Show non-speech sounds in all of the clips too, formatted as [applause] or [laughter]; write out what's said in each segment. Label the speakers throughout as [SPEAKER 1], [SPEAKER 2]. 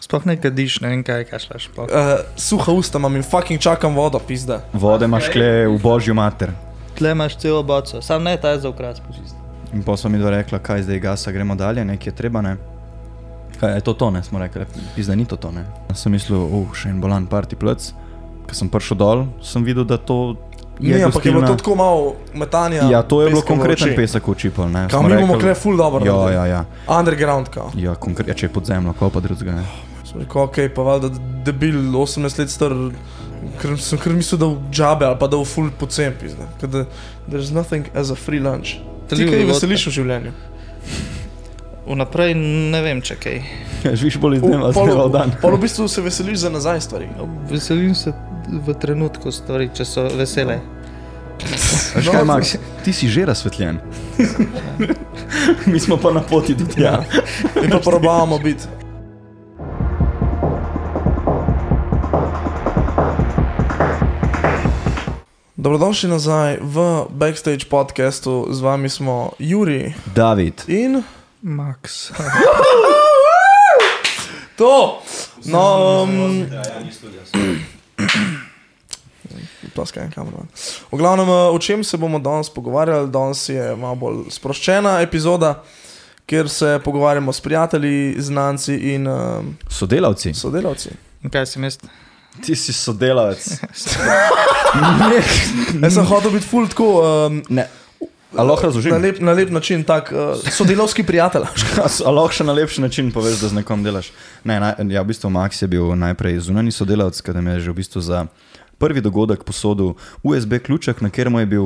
[SPEAKER 1] Sploh ne kadiš, ne vem kaj kašleš. sploh.
[SPEAKER 2] Uh, suha usta imam in fucking čakam vodo, pizda.
[SPEAKER 3] Vode imaš kle v božjo mater.
[SPEAKER 1] Tle imaš celo boco, sam ne ta je za ukras.
[SPEAKER 3] In pa so mi dva rekla, kaj zdaj gasa, gremo dalje, nekaj je treba, ne. Kaj je to to, ne, smo rekli, pizda ni to to, ne. Jaz sem mislil, oh, še en bolan party plec. Ko sem prišel dol, sem videl, da to je
[SPEAKER 2] Ne, ampak je bilo
[SPEAKER 3] gostilna.
[SPEAKER 2] to tako malo metanja.
[SPEAKER 3] Ja, to je bilo
[SPEAKER 2] peskom v
[SPEAKER 3] konkreten
[SPEAKER 2] oči.
[SPEAKER 3] pesek v čipal, ne.
[SPEAKER 2] Kao,
[SPEAKER 3] Smo
[SPEAKER 2] mi bomo
[SPEAKER 3] rekli-
[SPEAKER 2] kle ful dobro
[SPEAKER 3] Ja,
[SPEAKER 2] naredili.
[SPEAKER 3] ja, ja.
[SPEAKER 2] Underground, kao.
[SPEAKER 3] Ja, konkre- ja, če je pod zemljo, ko pa drugega,
[SPEAKER 2] [laughs]
[SPEAKER 3] ne.
[SPEAKER 2] Sem rekel, ok, pa valjda debil, 18 let star, ker sem kar mislil, da v džabe ali pa da v full pocen pizda. Ker da- There's nothing as a free lunch. Ti
[SPEAKER 1] Tri
[SPEAKER 2] kaj
[SPEAKER 1] vodke.
[SPEAKER 2] veseliš v življenju?
[SPEAKER 1] Vnaprej ne vem, če kaj.
[SPEAKER 3] Ja, živiš bolj iz dneva,
[SPEAKER 2] V-
[SPEAKER 3] z dneva v
[SPEAKER 2] [laughs]
[SPEAKER 3] dan.
[SPEAKER 2] pol v bistvu se veseliš za nazaj stvari.
[SPEAKER 1] Veselim se v trenutku stvari, če so vesele.
[SPEAKER 3] Veš
[SPEAKER 2] No.
[SPEAKER 3] kaj, Max, ti si že
[SPEAKER 2] [laughs]
[SPEAKER 3] razsvetljen. [laughs] Mi smo pa na poti do
[SPEAKER 2] Ja.
[SPEAKER 3] tja.
[SPEAKER 2] In pa probavamo biti. Dobrodošli nazaj v Backstage podkastu, z vami smo Juri
[SPEAKER 3] David.
[SPEAKER 2] in
[SPEAKER 1] Max.
[SPEAKER 2] to. No, um, [clears throat] plaskaj, kameraman. V glavnem, eh, o čem se bomo danes pogovarjali? Danes je malo bolj sproščena epizoda, kjer se pogovarjamo s prijatelji, znanci in um,
[SPEAKER 3] Sodelavci.
[SPEAKER 2] sodelavci.
[SPEAKER 1] In Kaj sem jaz?
[SPEAKER 3] Ti si sodelavec.
[SPEAKER 2] Jaz sem hotel biti ful tako. Um,
[SPEAKER 3] [laughs] Ne. A lahko razložim?
[SPEAKER 2] Na lep, na lep način, tak, uh, sodelovski prijatelj.
[SPEAKER 3] [laughs] A lahko še na lepši način poveš, da z nekom delaš. Ne, na, ja, v bistvu Max je bil najprej zunani sodelavec, ki nam je že v bistvu za prvi dogodek posodil USB ključek, na katerem je bil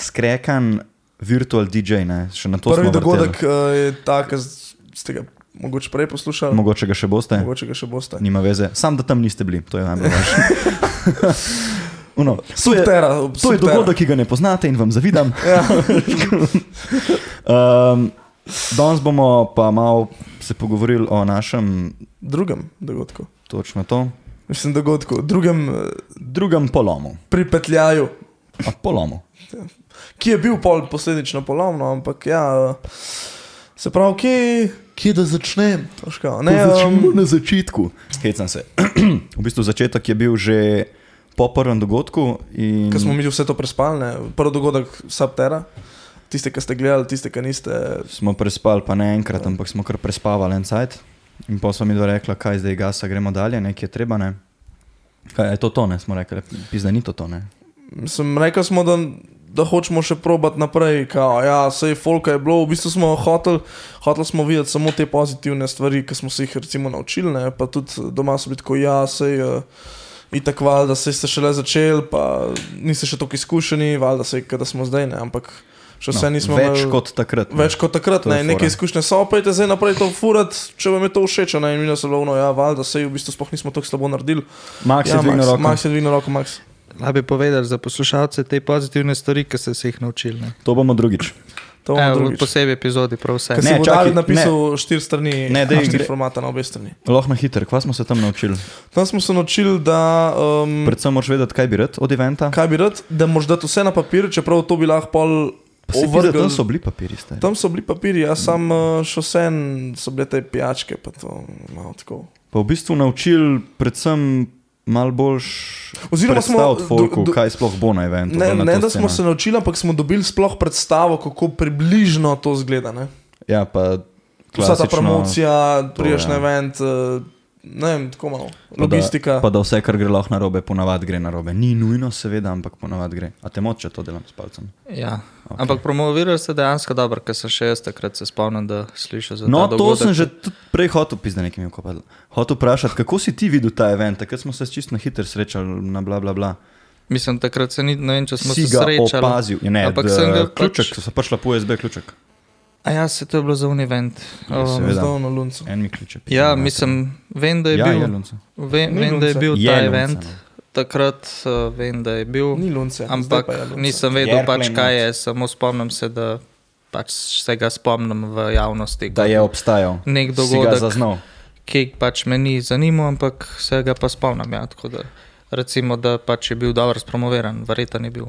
[SPEAKER 3] skrekan virtual DJ. Ne? Še na to
[SPEAKER 2] Prvi
[SPEAKER 3] smo vrteli.
[SPEAKER 2] dogodek uh, je tak, ki ste ga mogoče prej poslušali, Mogo
[SPEAKER 3] Mogoče ga še boste.
[SPEAKER 2] mogoče ga še boste.
[SPEAKER 3] Nima veze, sam da tam niste bili, to je najbolj
[SPEAKER 2] [laughs]
[SPEAKER 3] važno. Uno, to je,
[SPEAKER 2] Subtera,
[SPEAKER 3] to je
[SPEAKER 2] subtera.
[SPEAKER 3] dogodek, ki ga ne poznate in vam zavidam.
[SPEAKER 2] [laughs] Ja.
[SPEAKER 3] Um, danes bomo pa malo se pogovorili o našem,
[SPEAKER 2] Drugem dogodku.
[SPEAKER 3] točno to,
[SPEAKER 2] Mislim, dogodku, drugem eh,
[SPEAKER 3] drugem polomu.
[SPEAKER 2] pripetljaju,
[SPEAKER 3] A polomu.
[SPEAKER 2] ki je bil pol posledično polovno, ampak ja, eh, se pravi, kje, kje da začnem? Toška, ne, um,
[SPEAKER 3] na začetku. Hecam se. v bistvu začetek je bil že po prvem dogodku. In...
[SPEAKER 2] Ker smo mi že vse to prespali, ne? prvi dogodek Subtera, tiste, ki ste gledali, tiste, ki niste.
[SPEAKER 3] Smo prespali, pa ne enkrat, ampak smo kar prespavali en cajt. In pa so mi dva rekla, kaj zdaj gasa, gremo dalje, nekaj je treba, ne. Kaj je to to, ne, smo rekli, pizda ni to to, ne.
[SPEAKER 2] Sem rekel, smo, da, da hočemo še probat naprej, kao, ja, sej folka je bilo, v bistvu smo hoteli hotel smo videti samo te pozitivne stvari, ki smo se jih recimo naučili, ne? pa tudi eh, doma so bili tako, ja, sej. Uh, Itak, valjda saj ste šele začeli, pa niste še tako izkušeni, valjda se, da smo zdaj, ne? ampak še vse nismo
[SPEAKER 3] No, več
[SPEAKER 2] imeli-
[SPEAKER 3] kot takrat. ne.
[SPEAKER 2] Več kot takrat,
[SPEAKER 3] To
[SPEAKER 2] ne,
[SPEAKER 3] je fora.
[SPEAKER 2] neke izkušnje so, pojte zdaj naprej to furati, če vam je to všeč, a ne, in mi nas je bilo, no, ja, valjda, sej v bistvu sploh nismo tako slabo naredili.
[SPEAKER 3] Max je
[SPEAKER 2] Ja,
[SPEAKER 3] dvignil roko.
[SPEAKER 2] Max je dvignil roko, Max.
[SPEAKER 1] Da bi povedal za poslušalce te pozitivne stvari, ki ste se jih naučili. Ne?
[SPEAKER 3] To bomo drugič.
[SPEAKER 2] To bomo
[SPEAKER 1] Evo, v
[SPEAKER 2] drugič.
[SPEAKER 1] posebej epizodi, prav vse.
[SPEAKER 2] Ker
[SPEAKER 3] Ne,
[SPEAKER 2] si bo
[SPEAKER 3] čakaj,
[SPEAKER 2] David napisal ne. štiri strani,
[SPEAKER 3] Ne,
[SPEAKER 2] ne,
[SPEAKER 3] daj,
[SPEAKER 2] dej, štiri
[SPEAKER 3] gre-
[SPEAKER 2] formata na obe strani.
[SPEAKER 3] Lahko na hitro, kva smo se tam naučili?
[SPEAKER 2] Tam smo se naučili, da um,
[SPEAKER 3] Predvsem moraš vedeti, kaj bi rad od eventa.
[SPEAKER 2] kaj bi rad, da moraš dati vse na papir, čeprav to bi lahko pol
[SPEAKER 3] Pa se pizda,
[SPEAKER 2] ovrgel.
[SPEAKER 3] tam so bili papiri, ste.
[SPEAKER 2] Tam so bili papiri, jaz sam eh, še vsem so bile te pijačke, pa to malo tako.
[SPEAKER 3] Pa v bistvu naučili predvsem mal boljš
[SPEAKER 2] Oziroma smo-
[SPEAKER 3] predstaviti folku,
[SPEAKER 2] do- do-
[SPEAKER 3] kaj sploh bo na eventu.
[SPEAKER 2] Ne,
[SPEAKER 3] bolj na
[SPEAKER 2] ne
[SPEAKER 3] to
[SPEAKER 2] da smo se
[SPEAKER 3] sceno.
[SPEAKER 2] naučili, ampak smo dobili sploh predstavo, kako približno to zgleda. Ne?
[SPEAKER 3] Ja, pa
[SPEAKER 2] Vsa ta
[SPEAKER 3] klasično-
[SPEAKER 2] promocija,
[SPEAKER 3] to,
[SPEAKER 2] priješ na
[SPEAKER 3] ja.
[SPEAKER 2] event, eh, ne vem, tako malo,
[SPEAKER 3] Pa da-
[SPEAKER 2] logistika.
[SPEAKER 3] Pa da vse, kar gre lahko na robe, ponavadi gre na robe. Ni nujno, seveda, ampak ponavadi gre. A te moče to delam s palcem.
[SPEAKER 1] Ja. Okay. Ampak promovirali ste dejansko dobro, ker sem še jaz takrat se spomnil, da slišal za
[SPEAKER 3] No,
[SPEAKER 1] ta
[SPEAKER 3] to
[SPEAKER 1] dogodek.
[SPEAKER 3] sem že tudi prej hotel, pizda nekaj mi je ukopadlo. Hotel vprašati, kako si ti videl ta event, takrat smo se čisto na hitro srečali, na bla bla bla.
[SPEAKER 1] Mislim, takrat se ni, ne vem, če smo
[SPEAKER 3] si
[SPEAKER 1] se
[SPEAKER 3] ga
[SPEAKER 1] srečali.
[SPEAKER 3] opazil, Ja, ne,
[SPEAKER 1] ampak
[SPEAKER 3] da-
[SPEAKER 1] sem ga
[SPEAKER 3] ključek,
[SPEAKER 1] pač-
[SPEAKER 3] so prišla po USB ključek.
[SPEAKER 1] A ja, se to je bilo za univent.
[SPEAKER 3] Ja, seveda.
[SPEAKER 2] Zdaj na luncu.
[SPEAKER 3] En mi ključek.
[SPEAKER 1] Ja, mislim, vem, da je
[SPEAKER 3] ja,
[SPEAKER 1] bil,
[SPEAKER 3] je lunce.
[SPEAKER 1] vem,
[SPEAKER 2] Ni
[SPEAKER 1] vem, da je
[SPEAKER 2] lunca.
[SPEAKER 1] bil ta
[SPEAKER 3] Je lunca,
[SPEAKER 1] event.
[SPEAKER 3] no.
[SPEAKER 1] Takrat uh, vem, da je bil.
[SPEAKER 2] Ni lunce. zdaj
[SPEAKER 1] Ampak
[SPEAKER 2] pa je lunce.
[SPEAKER 1] nisem vedel, pač,
[SPEAKER 3] Airplane
[SPEAKER 1] kaj
[SPEAKER 3] noč.
[SPEAKER 1] je, samo spomnim se, da pač se ga spomnim v javnosti.
[SPEAKER 3] Da
[SPEAKER 1] kot
[SPEAKER 3] je obstajal.
[SPEAKER 1] Nek
[SPEAKER 3] Si ga
[SPEAKER 1] dogodek,
[SPEAKER 3] zaznal.
[SPEAKER 1] ki pač me ni zanimal, ampak se ga pa spomnim. Ja, tako da, recimo, da pač je bil dobro spromoviran, verjeten je bil.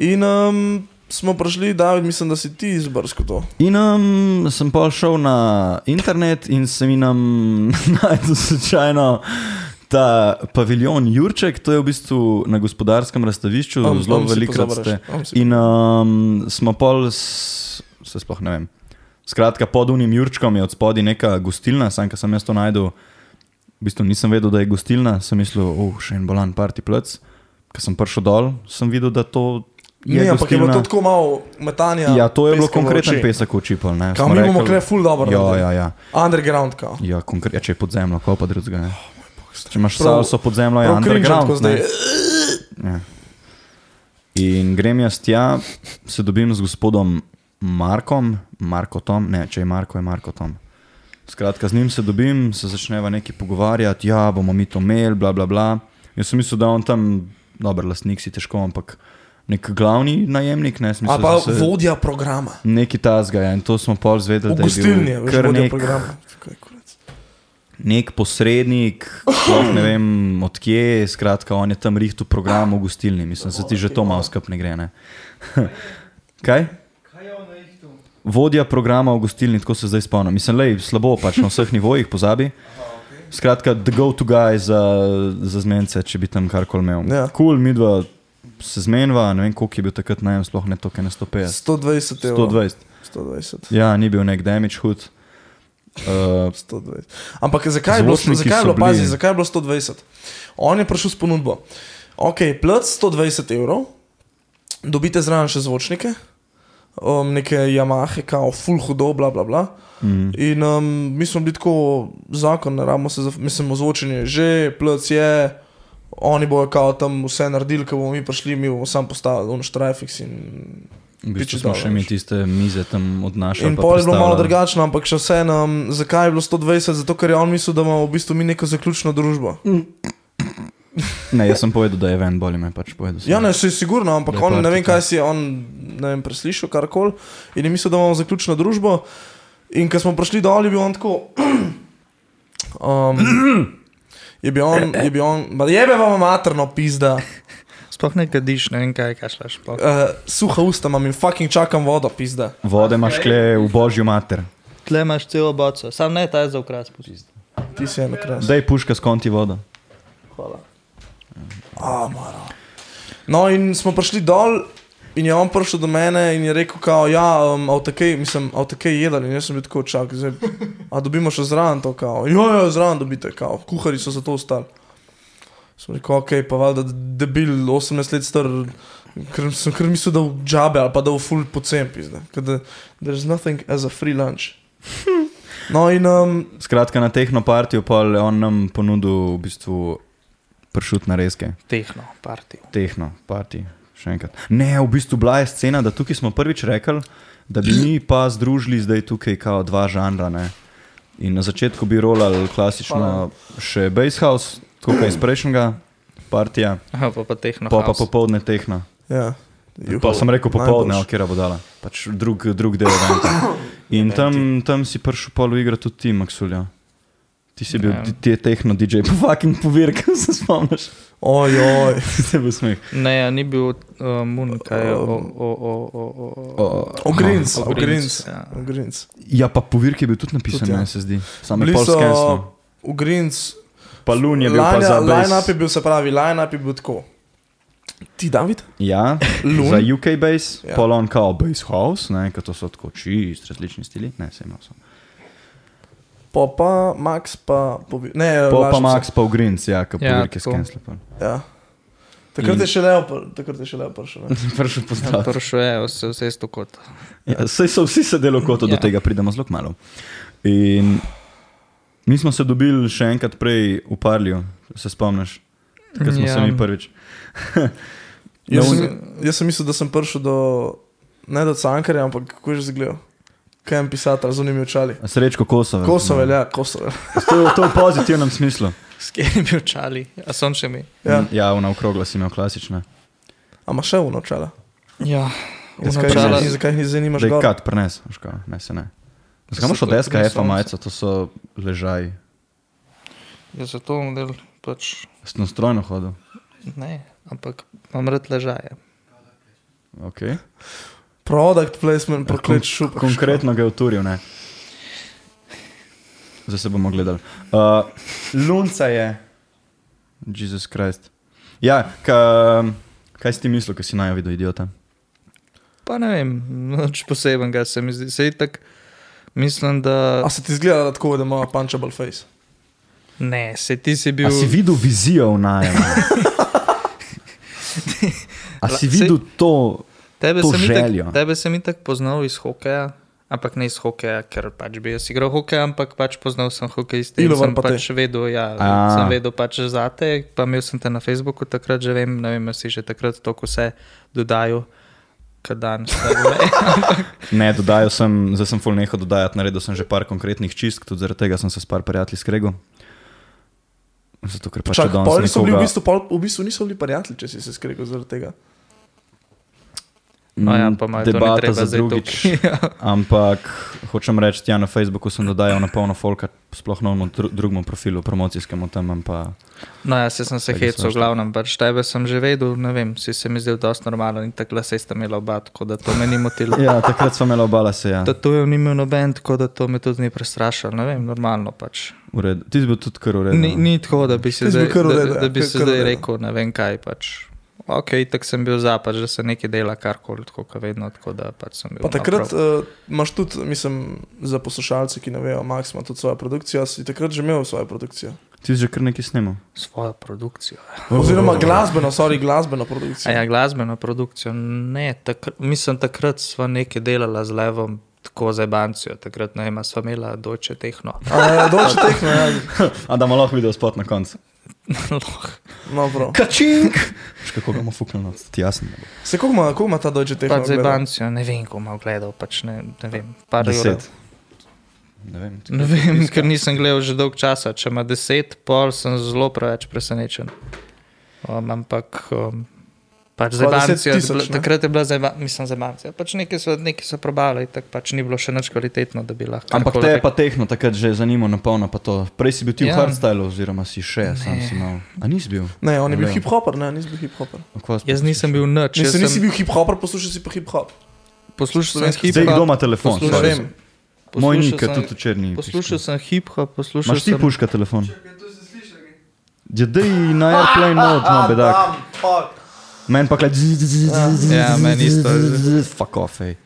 [SPEAKER 2] In um, smo prišli, David, mislim, da si ti izbrskal to.
[SPEAKER 3] In um, sem pa šel na internet in sem jim um, [laughs] najdel slučajno ta paviljon Jurček, to je v bistvu na gospodarskem razstavišču, um, zelo um, velikrat ste.
[SPEAKER 2] In,
[SPEAKER 3] In um, smo pol, s, se sploh ne vem. Skratka, pod unim Jurčkom je od spodaj neka gostilna, sam ki sem jaz to najdel. V bistvu nisem vedel, da je gostilna, sem mislil, oh, še en bolan party plec. Ko sem prišel dol, sem videl, da to je.
[SPEAKER 2] ne, ampak je bilo
[SPEAKER 3] gostilna.
[SPEAKER 2] to tako malo metanja.
[SPEAKER 3] Ja, to je bilo
[SPEAKER 2] peskom v
[SPEAKER 3] konkreten
[SPEAKER 2] oči.
[SPEAKER 3] pesek v čipol. ne.
[SPEAKER 2] Kao,
[SPEAKER 3] Smo
[SPEAKER 2] mi bomo
[SPEAKER 3] rekli-
[SPEAKER 2] kle ful dobro.
[SPEAKER 3] Ja,
[SPEAKER 2] naredili.
[SPEAKER 3] ja, ja.
[SPEAKER 2] Underground, kao.
[SPEAKER 3] ja konkre- ja, če je podzemno, kako pa drugega. Če imaš
[SPEAKER 2] Oh, Prav-
[SPEAKER 3] salso podzemno, je
[SPEAKER 2] Prav cringe, tako
[SPEAKER 3] ja, underground.
[SPEAKER 2] zdaj.
[SPEAKER 3] ne. Ja. In grem jaz tja, se dobim z gospodom Markom, Marko Tom, ne, če je Marko, je Marko Tom. Skratka, z njim se dobim, se začneva nekaj pogovarjati, ja, bomo mi to imeli, bla, bla, bla. Jaz sem mislil, da je on tam, dober lastnik si težko, ampak nek glavni najemnik, ne, sem
[SPEAKER 2] A
[SPEAKER 3] mislil,
[SPEAKER 2] pa
[SPEAKER 3] da se-
[SPEAKER 2] vodja programa.
[SPEAKER 3] Neki tasga, ja, in to smo pol zvedeli,
[SPEAKER 2] V
[SPEAKER 3] da je
[SPEAKER 2] gostilni je
[SPEAKER 3] bil
[SPEAKER 2] veš,
[SPEAKER 3] kar
[SPEAKER 2] vodja
[SPEAKER 3] nek,
[SPEAKER 2] programa. Kaj, kurac.
[SPEAKER 3] nek posrednik, sploh ne vem odkje, skratka, on je tam rihtu program v gostilni, mislim, se ti že to malo skup ne gre. Ne? [laughs] Kaj? Vodja programa v gostilni, tako se zdaj spomnim. Mislim, da je slabo, pač na vseh nivojih pozabi. Skratka, the go-to guy za, za zmence, če bi tam karkoli imel.
[SPEAKER 2] Ja.
[SPEAKER 3] Kul, cool, mi dva se zmenjava, ne vem koliko je bil takrat najem, sploh ne to, kaj ne 150.
[SPEAKER 2] 120 evrov.
[SPEAKER 3] 120.
[SPEAKER 2] 120.
[SPEAKER 3] Ja, ni bil nek damage hud. Uh,
[SPEAKER 2] 120. Ampak zakaj je bilo,
[SPEAKER 3] Zvočniki
[SPEAKER 2] zakaj je bilo,
[SPEAKER 3] so bili-
[SPEAKER 2] pazi, zakaj je bilo 120? On je prišel s ponudbo. Ok, plač 120 evrov, dobite zraven še zvočnike, um, neke Yamahe, kao, full hudo, bla bla bla.
[SPEAKER 3] mm,
[SPEAKER 2] In um, mi smo bili tako, zakon, ne rabimo se, za, mislim, ozvočenje je že, plc je, oni bojo kao tam vse naredili, ko bomo mi prišli, mi bomo sam postavili, on štrajfix in.
[SPEAKER 3] v bistvu
[SPEAKER 2] Piči
[SPEAKER 3] smo
[SPEAKER 2] dol,
[SPEAKER 3] še mi
[SPEAKER 2] veš.
[SPEAKER 3] tiste mize tam odnašali.
[SPEAKER 2] In
[SPEAKER 3] pa
[SPEAKER 2] pol je bilo malo
[SPEAKER 3] prestavljali.
[SPEAKER 2] drugačno, ampak še vseeno, um, zakaj je bilo 120? Zato, ker je on mislil, da imamo v bistvu mi neko zaključno družbo.
[SPEAKER 3] Ne, jaz sem povedal, da je ven bolj me pač povedal. sem.
[SPEAKER 2] Ja, ne, se je sigurno, ampak
[SPEAKER 3] Da je
[SPEAKER 2] on, ne vem,
[SPEAKER 3] partica.
[SPEAKER 2] kaj si je on ne vem, preslišal, kar koli. In je mislil, da imamo zaključno družbo. In ko smo prišli dol, je bil on tako. [clears throat] Um, je bil on, je bil on, ma jebe vam materno pizda,
[SPEAKER 1] Sploh ne kadiš, ne vem kaj kašljaš. sploh.
[SPEAKER 2] uh, suha usta imam in fucking čakam vodo pizda.
[SPEAKER 3] Vode imaš kle v božjo mater.
[SPEAKER 1] Tle imaš celo boco, sam ne ta je za ukras. pusti.
[SPEAKER 2] Ti si ena krasna.
[SPEAKER 3] Daj puška skonti vodo.
[SPEAKER 1] Hvala.
[SPEAKER 2] Amara. No, in smo prišli dol, in je on prišel do mene in je rekel, kao, ja, um, avtakej, mislim, avtakej jedali, in jaz sem bil tako čak, zdaj, a dobimo še zraven to, kao, jo, jo, zraven dobite, kao, kuhari so za to ostali. Sem rekel, ok, pa valjda debil, 18 let star, ker sem kar mislil, da v džabe ali pa da v full pocen pizda, ker da- there's nothing as a free lunch. No in, um,
[SPEAKER 3] Skratka, na tehnopartiju pa je on nam ponudil v bistvu pršut na reske.
[SPEAKER 1] Tehno, parti.
[SPEAKER 3] Tehno, parti, še enkrat. Ne, v bistvu bila je scena, da tukaj smo prvič rekli, da bi mi pa združili zdaj tukaj kao dva žanra. Ne? In na začetku bi rolali klasično še bass house, tukaj iz prejšnjega partija,
[SPEAKER 1] Aha, pa pa tehno.
[SPEAKER 3] pa
[SPEAKER 1] No,
[SPEAKER 3] pa
[SPEAKER 1] house.
[SPEAKER 3] popovdne tehna.
[SPEAKER 2] ja.
[SPEAKER 3] Pa sem rekel popovdne,
[SPEAKER 2] Najboljše.
[SPEAKER 3] ok, bo dala. Pač drug, drug del eventa. In tam, tam si prišel pol v igro tudi ti, Maksulja. Ti si bil,
[SPEAKER 1] Ja.
[SPEAKER 3] ti, ti je tehno DJ, pa fucking povir, kaj [laughs] se spomniš.
[SPEAKER 2] Ojoj.
[SPEAKER 3] Se bo smeh.
[SPEAKER 1] Ne, ja, ni bil uh, mun, kaj je. O, o, o, o, o, o.
[SPEAKER 2] No, Ogrinc,
[SPEAKER 1] Aha.
[SPEAKER 2] ogrinc,
[SPEAKER 1] Ogrinc, ja.
[SPEAKER 2] ogrinc.
[SPEAKER 3] Ja, pa povir, ki je bil tudi napisan,
[SPEAKER 2] Tudi, ja.
[SPEAKER 3] ne se zdi. Sam je
[SPEAKER 2] Bili
[SPEAKER 3] pol
[SPEAKER 2] so
[SPEAKER 3] skensno.
[SPEAKER 2] ogrinc,
[SPEAKER 3] Pa lun je bil pa za
[SPEAKER 2] line-up je
[SPEAKER 3] base.
[SPEAKER 2] bil, se pravi, line-up je bil tako. Ti, David?
[SPEAKER 3] Ja,
[SPEAKER 2] Lun.
[SPEAKER 3] za UK base,
[SPEAKER 2] Ja.
[SPEAKER 3] ja. polon kao base house, ne, ker to so tako čist različni stili. Ne, se imel sem.
[SPEAKER 2] Popa, Max pa... Povi... Ne,
[SPEAKER 3] Po pa
[SPEAKER 2] lažem se.
[SPEAKER 3] Max, pa Grins, ja, ki
[SPEAKER 1] Ja,
[SPEAKER 3] povir, ki je
[SPEAKER 1] to.
[SPEAKER 3] skensno.
[SPEAKER 1] [laughs]
[SPEAKER 3] pol.
[SPEAKER 2] Ja. Takrat
[SPEAKER 3] In-
[SPEAKER 2] je še leopard, takrat je še leopard še ne.
[SPEAKER 3] Prvi pozdrav.
[SPEAKER 1] Prvo je, vse, vse isto kot.
[SPEAKER 3] Ja, sej so vsi sedeli kot do
[SPEAKER 1] Ja.
[SPEAKER 3] tega, pridemo zelo malo. In mi smo se dobili še enkrat prej v Parlju, se spomniš, takrat smo ja. se
[SPEAKER 1] Ja.
[SPEAKER 3] mi prvič. [laughs]
[SPEAKER 2] Jaz,
[SPEAKER 3] No,
[SPEAKER 2] sem, jaz sem mislil, da sem prišel do... Ne do Cankarja, ampak kako je že zgledal. Kaj je en pisatelj z unimi očali?
[SPEAKER 3] Srečko Kosovo.
[SPEAKER 2] Kosove, ja, Kosove.
[SPEAKER 3] To, je- to je v pozitivnem smislu.
[SPEAKER 1] S kjer bi očali, a sončemi.
[SPEAKER 2] Ja.
[SPEAKER 3] ja ona okrogla si imel klasična.
[SPEAKER 2] Ampak še uno očala.
[SPEAKER 1] Ja,
[SPEAKER 2] In zakaj jih
[SPEAKER 1] Očala-
[SPEAKER 2] ni- in zakaj jih zdaj nimaš
[SPEAKER 3] Daj,
[SPEAKER 2] gor?
[SPEAKER 3] kad prenes, škoda, ne se ne. Zakaj imaš od
[SPEAKER 1] Zato, ker
[SPEAKER 3] SKF-a
[SPEAKER 1] niso-
[SPEAKER 3] majico, to so ležaji.
[SPEAKER 1] je ja, zato model pač
[SPEAKER 3] Sem strojno hodil.
[SPEAKER 1] ne, ampak imam rad ležaje.
[SPEAKER 3] Okay.
[SPEAKER 2] Product placement, proklet šup.
[SPEAKER 3] Konkretno ga je uturil, ne. Zdaj se bomo gledali. Uh, Lunca je. Jezus Krist. Ja, ka, kaj si ti mislil, ko si najo videl idiota?
[SPEAKER 1] Pa ne vem, nič posebenega se mi zdi. Se itak, mislim, da.
[SPEAKER 2] A se ti zgleda da tako, da ima punchable face?
[SPEAKER 1] Ne, se ti si bil.
[SPEAKER 3] Bil... A si videl vizijo v najem?
[SPEAKER 2] [laughs]
[SPEAKER 3] A si videl to?
[SPEAKER 1] Tebe
[SPEAKER 3] to
[SPEAKER 1] sem,
[SPEAKER 3] željo.
[SPEAKER 1] itak, tebe sem itak poznal iz hokeja, ampak ne iz hokeja, ker pač bi jaz igral hokej, ampak pač poznal sem hokejiste in
[SPEAKER 2] Ilovar
[SPEAKER 1] sem
[SPEAKER 2] pa te.
[SPEAKER 1] pač vedel, ja,
[SPEAKER 3] A.
[SPEAKER 1] sem vedel pač za te, pa imel sem te na Facebooku takrat, že vem, ne vem, a si že takrat to, ko se dodajo, kad dan
[SPEAKER 3] [laughs]
[SPEAKER 1] stane.
[SPEAKER 3] Ne, dodajal sem, zdaj sem full nehal dodajati, naredil sem že par konkretnih čistk, tudi zaradi tega sem se s par prijatelji skregal. Zato, ker pač
[SPEAKER 2] Čak,
[SPEAKER 3] danes
[SPEAKER 2] pol so bili v
[SPEAKER 3] nekoga-
[SPEAKER 2] bistvu, pol, v bistvu niso bili prijatelji, če si se skregal zaradi tega.
[SPEAKER 1] No ja, pa imajo to ni treba zdaj [laughs] tukaj.
[SPEAKER 3] Ampak hočem reči, ja, na Facebooku sem dodajal na polno folka, sploh na onem dru- drugem profilu, promocijskem, tam imam pa
[SPEAKER 1] No ja, se sem se
[SPEAKER 3] Tako
[SPEAKER 1] hecal,
[SPEAKER 3] smešno.
[SPEAKER 1] v glavnem, pač tebe sem že vedel, ne vem, si se mi zdel dosti normalen in takla se sta imela oba, tako da to me ni motilo.
[SPEAKER 3] Ja, takrat smo imeli obala se. Ja.
[SPEAKER 1] Tatujev ni imel noben, tako da to me tudi ni prestrašilo, ne vem, normalno pač.
[SPEAKER 3] V redu. no. Ti si bil tudi kar urejen.
[SPEAKER 1] Ni, ni tako, da bi
[SPEAKER 2] Ti
[SPEAKER 1] se
[SPEAKER 2] si bil
[SPEAKER 1] zdaj,
[SPEAKER 2] kar v
[SPEAKER 1] da,
[SPEAKER 2] redu,
[SPEAKER 1] da bi
[SPEAKER 2] kar-
[SPEAKER 1] se
[SPEAKER 2] kar v
[SPEAKER 1] zdaj
[SPEAKER 2] redu.
[SPEAKER 1] rekel, ne vem kaj pač. Ok, tako sem bil za, pač, da se nekaj dela, karkoli, tako kot vedno. Tako da pač sem bil.
[SPEAKER 2] Pa
[SPEAKER 1] no,
[SPEAKER 2] takrat
[SPEAKER 1] prav.
[SPEAKER 2] uh, imaš tudi, mislim, za poslušalce, ki ne vejo, Max ima tudi svojo produkcijo, jaz si takrat že imel svojo produkcijo.
[SPEAKER 3] Ti si že kar nekaj snimal.
[SPEAKER 1] Svojo produkcijo.
[SPEAKER 2] Oziroma glasbeno, sorry,
[SPEAKER 1] A
[SPEAKER 2] glasbeno produkcijo.
[SPEAKER 1] ja, glasbeno produkcijo, ne, takr, mislim, takrat sva nekaj delala z levom, tako za bancijo, takrat ne vem, sva imela doče tehno.
[SPEAKER 2] Dolče tekme, ja.
[SPEAKER 3] A da malo video spot na koncu.
[SPEAKER 2] No, prav.
[SPEAKER 3] Kačink! Še kako ga bomo fuknili, no, ti jasno. ne bo.
[SPEAKER 2] Se kako ima, kako ima ta dolče tekme?
[SPEAKER 1] Pač za bancijo, ne vem, ko ima gledal, pač ne, ne vem, par jurov.
[SPEAKER 3] Deset. Ne vem.
[SPEAKER 1] Ne vem, ker nisem gledal že dolgo časa. Če ima deset, pol sem zelo preveč presenečen. Um, ampak um, pač za
[SPEAKER 2] Pa 10
[SPEAKER 1] Bancijo, je
[SPEAKER 2] tisoč,
[SPEAKER 1] bila-
[SPEAKER 2] ne?
[SPEAKER 1] takrat je bila za Ban- mislim za Bancijo. Pač nekaj so, nekaj so probali, tako pač ni bilo še nič kvalitetno, da bi lahko.
[SPEAKER 3] Ampak
[SPEAKER 1] karkoli
[SPEAKER 3] te je
[SPEAKER 1] rekel.
[SPEAKER 3] pa tehno takrat že zanimalo na polno, pa to. Prej si bil ti v
[SPEAKER 1] Ja.
[SPEAKER 3] hardstylu, oziroma si še, sam si mal. A nisi bil?
[SPEAKER 2] Ne, on je bil
[SPEAKER 3] Ne.
[SPEAKER 2] hip-hopper, ne, nisi bil hip-hopper.
[SPEAKER 3] A kva si
[SPEAKER 1] Jaz nisem bil nič,
[SPEAKER 2] Če
[SPEAKER 1] jaz
[SPEAKER 2] si nisi
[SPEAKER 1] sem
[SPEAKER 2] bil hip-hopper, poslušaj si pa hip-hop.
[SPEAKER 1] poslušal sem
[SPEAKER 2] Zdaj,
[SPEAKER 3] Zdaj, kdo
[SPEAKER 1] hip-hop.
[SPEAKER 3] ima telefon?
[SPEAKER 2] Ne
[SPEAKER 1] Poslušaj.
[SPEAKER 3] Sorry.
[SPEAKER 2] vem.
[SPEAKER 3] Moj
[SPEAKER 1] poslušal
[SPEAKER 3] nik je
[SPEAKER 1] sem-
[SPEAKER 3] tudi črni.
[SPEAKER 1] Poslušal sem hip-hop, poslušal
[SPEAKER 3] Imaš ti
[SPEAKER 1] sem
[SPEAKER 3] puška telefon? Ja, dej na airplane mode, no, bedak. Meni pa klej.
[SPEAKER 1] Ja, meni isto.
[SPEAKER 3] Fuck off, ej.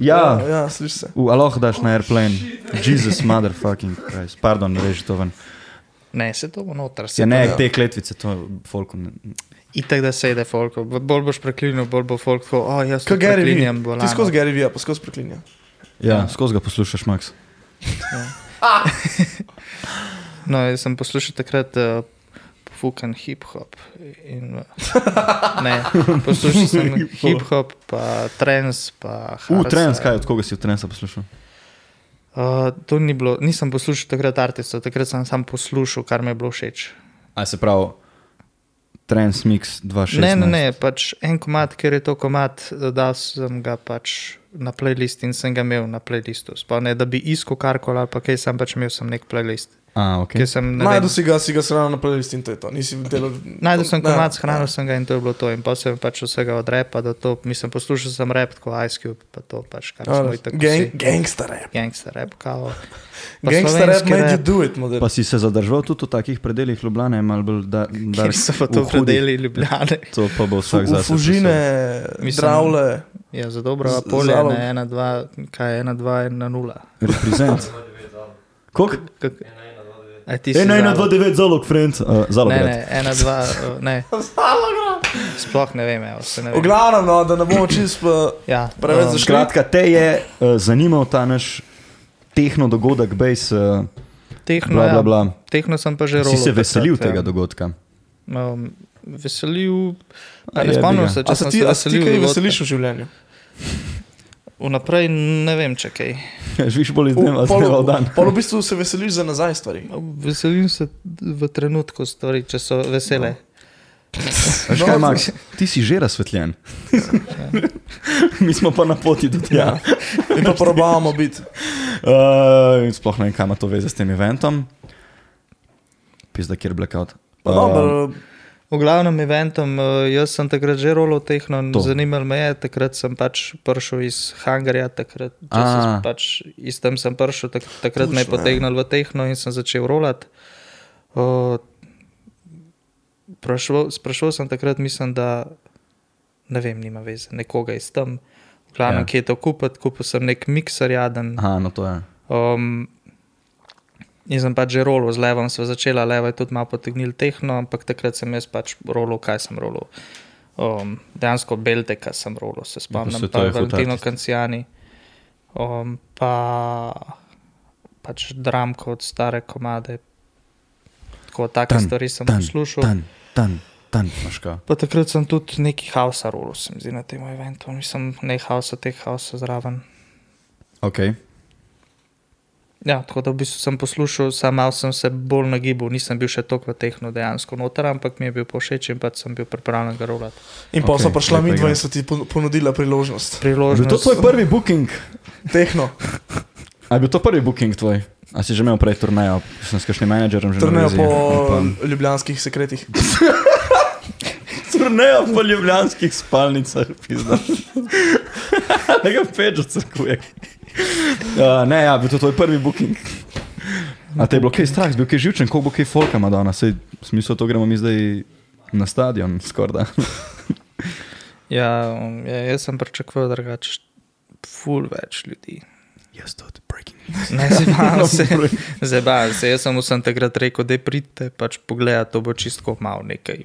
[SPEAKER 3] Ja,
[SPEAKER 2] ja, slišiš se.
[SPEAKER 3] v aloh daš na airplane. Jesus motherfucking Christ. Pardon, reži to ven.
[SPEAKER 1] Ne, se to bo noter. se
[SPEAKER 3] Ja,
[SPEAKER 1] to-
[SPEAKER 3] ne, te kletvice, to folku. ne-
[SPEAKER 1] Itak da se ide folk, bolj boš preklinil, bolj bo folk, tako, oh, jaz
[SPEAKER 2] Kaj
[SPEAKER 1] tudi
[SPEAKER 2] Gary Vee?
[SPEAKER 1] preklinjam bolj.
[SPEAKER 2] Ti skozi Gary Vee, pa skozi preklinja.
[SPEAKER 3] Ja, skozi ga poslušaš, Max.
[SPEAKER 1] No, jaz sem poslušal takrat uh, fucking hip-hop. In,
[SPEAKER 3] [laughs]
[SPEAKER 1] uh, ne, poslušal sem hip-hop, pa trends, pa
[SPEAKER 3] U,
[SPEAKER 1] hardstyle.
[SPEAKER 3] trends, kaj, od koga si v trendsa poslušal?
[SPEAKER 1] Uh, to ni bilo, nisem poslušal takrat artistov, takrat sem sam poslušal, kar mi je bilo všeč.
[SPEAKER 3] A se pravi, trends mix 2.6.
[SPEAKER 1] Ne, ne, ne, pač en komat, ker je to komat, da sem ga pač na playlist in sem ga imel na playlistu. Sploh ne, da bi iskal karkoli ali pa kaj, sem pač imel sem nek playlist.
[SPEAKER 3] A, ok.
[SPEAKER 1] Okay. Sem, ne
[SPEAKER 2] Najdu
[SPEAKER 1] vem,
[SPEAKER 2] si ga, si ga sravnal na playlist in to je to. Nisi delal...
[SPEAKER 1] Najdel sem
[SPEAKER 2] Ne,
[SPEAKER 1] komat,
[SPEAKER 2] ne.
[SPEAKER 1] hranil sem ga in to je bilo to. In pa sem pač vsega od repa do to. Mislim, poslušal sem rep, tako Ice Cube, pa to pač kar smo
[SPEAKER 2] Ja,
[SPEAKER 1] in tako
[SPEAKER 2] Gang,
[SPEAKER 1] vsi.
[SPEAKER 2] gangster rap.
[SPEAKER 1] Gangster rep, kao. Pa
[SPEAKER 2] Gangster rap
[SPEAKER 1] slovenski
[SPEAKER 2] made you
[SPEAKER 1] rap,
[SPEAKER 2] do it, model.
[SPEAKER 3] Pa si se zadržal tudi v takih predeljih Ljubljana, malo bolj da, da
[SPEAKER 1] [laughs] Kjer so pa to predeli Ljubljane.
[SPEAKER 3] To pa bo
[SPEAKER 2] Fu-
[SPEAKER 3] vsak
[SPEAKER 2] v
[SPEAKER 3] za sebe.
[SPEAKER 2] Fužine,
[SPEAKER 1] Mislim-
[SPEAKER 2] dravle.
[SPEAKER 1] Ja, za dobro, a
[SPEAKER 2] Z-
[SPEAKER 1] polje
[SPEAKER 2] zalog.
[SPEAKER 1] je na 1-2, kaj je 1-2 in na 0.
[SPEAKER 3] Reprezent. Koliko?
[SPEAKER 1] Aj E, ti si.
[SPEAKER 3] 1,129 zalog, friend. Uh, zalog,
[SPEAKER 1] Ne,
[SPEAKER 3] ne,
[SPEAKER 1] ne, 1-2,
[SPEAKER 3] [laughs]
[SPEAKER 1] ne. Sploh ne vem, evo, se ne
[SPEAKER 2] V
[SPEAKER 1] vem.
[SPEAKER 2] glavnem, no, da ne bomo čist... pa-
[SPEAKER 1] Ja,
[SPEAKER 2] Preveč
[SPEAKER 1] um,
[SPEAKER 2] zaš-
[SPEAKER 3] Skratka, te je uh, zanimal ta naš tehno dogodek, base, uh,
[SPEAKER 1] tehno,
[SPEAKER 3] bla,
[SPEAKER 1] ja,
[SPEAKER 3] bla, bla.
[SPEAKER 1] tehno sem pa že ja.
[SPEAKER 3] Si
[SPEAKER 1] robil.
[SPEAKER 3] se veselil tega dogodka?
[SPEAKER 1] Um, veselil, a ne
[SPEAKER 3] A je, bi
[SPEAKER 1] spomnim
[SPEAKER 3] ga.
[SPEAKER 1] se,
[SPEAKER 2] ja,
[SPEAKER 1] če
[SPEAKER 2] A se
[SPEAKER 1] sem
[SPEAKER 2] ti,
[SPEAKER 1] se
[SPEAKER 2] a se ti
[SPEAKER 1] veselil.
[SPEAKER 2] kaj
[SPEAKER 1] dogodka.
[SPEAKER 2] veseliš v življenju?
[SPEAKER 1] Vnaprej ne vem, če kaj.
[SPEAKER 3] Živiš bolj iz dneva,
[SPEAKER 2] Pol-
[SPEAKER 3] zelo dan.
[SPEAKER 2] pol v bistvu se veseliš za nazaj stvari.
[SPEAKER 1] Veselim se v trenutku stvari, če so vesele.
[SPEAKER 3] [laughs] Veš
[SPEAKER 2] No,
[SPEAKER 3] kaj, Max, ti si že razsvetljen. [laughs] Mi smo pa na poti do tega.
[SPEAKER 2] Ja. In pa probavamo biti.
[SPEAKER 3] Uh, sploh ne vem, kaj ima to veze s tem eventom. Pizda, kjer blackout.
[SPEAKER 2] Pa dobro,
[SPEAKER 1] V glavnem eventom, eh, jaz sem takrat že rolo tehno,
[SPEAKER 3] To.
[SPEAKER 1] zanimalo me je, takrat sem pač prišel iz Hangarja, takrat če sem
[SPEAKER 3] A.
[SPEAKER 1] pač, iz tam sem prišel, tak, takrat me je
[SPEAKER 2] Točno, ja.
[SPEAKER 1] potegnil v tehno in sem začel rolati. O, Sprašval, sprašval sem takrat, mislim, da ne vem, nima veze, nekoga iz tam, v glavnem,
[SPEAKER 3] Ja.
[SPEAKER 1] ja. ki je to kupil, kupil sem nek mikser jaden.
[SPEAKER 3] Aha, no to je.
[SPEAKER 1] Um, in sem pač že rolo, z levom sva začela, levo je tudi malo potegnil tehno, ampak takrat sem jaz pač rolo, kaj sem rolo. Um, dejansko Belteka sem rolo, se spomnim,
[SPEAKER 3] Ja, saj to
[SPEAKER 1] pa
[SPEAKER 3] je huda
[SPEAKER 1] Valentino
[SPEAKER 3] tista.
[SPEAKER 1] Kancijani, um, pa pač dramko od stare komade. Tako take
[SPEAKER 3] Tan,
[SPEAKER 1] stvari sem
[SPEAKER 3] tan,
[SPEAKER 1] poslušal.
[SPEAKER 3] Tan, tan, tan, maška.
[SPEAKER 1] Pa takrat sem tudi neki hausa rolo, sem zdaj na tem eventu, nisem ne hausa, teh hausa zraven.
[SPEAKER 3] Ok.
[SPEAKER 1] Ja, tako da v bistvu sem poslušal, sam malo sem se bolj nagibal, nisem bil še toliko v tehnu dejansko noter, ampak mi je bil povšeč in pač sem bil pripravljen ga rolati.
[SPEAKER 2] in pa okay, so
[SPEAKER 3] Okej,
[SPEAKER 2] prišla
[SPEAKER 3] lepo
[SPEAKER 2] mi dva
[SPEAKER 3] igra.
[SPEAKER 2] in so ti pon- ponudila priložnost.
[SPEAKER 3] Je bil
[SPEAKER 1] Priložnost.
[SPEAKER 3] to tvoj prvi booking?
[SPEAKER 2] Tehno,
[SPEAKER 3] A je bil to prvi booking tvoj? A si že imel prej turnejo? Sem s kakšnim menedžerjem že na
[SPEAKER 2] trnejo
[SPEAKER 3] vezi?
[SPEAKER 2] po
[SPEAKER 3] Ali
[SPEAKER 2] ljubljanskih sekretih.
[SPEAKER 3] pa- Turnejo po ljubljanskih spalnicah, pizda. Nekaj pečo crkuje. Uh, ne, ja, bil to tvoj prvi booking. A te je bilo kaj strah, si bil kaj živčen, koliko bo kaj folka Madonna, sej smisel to gremo mi zdaj na stadion, skorda.
[SPEAKER 1] Ja, um, ja, jaz sem pričakoval drugače, ful več ljudi.
[SPEAKER 3] Jaz tudi breaking.
[SPEAKER 1] Ne, zabavam
[SPEAKER 3] [laughs]
[SPEAKER 1] se, zabavam se. Jaz sem vsem takrat rekel, da pridite, pač pogledaj, to bo čistko malo nekaj.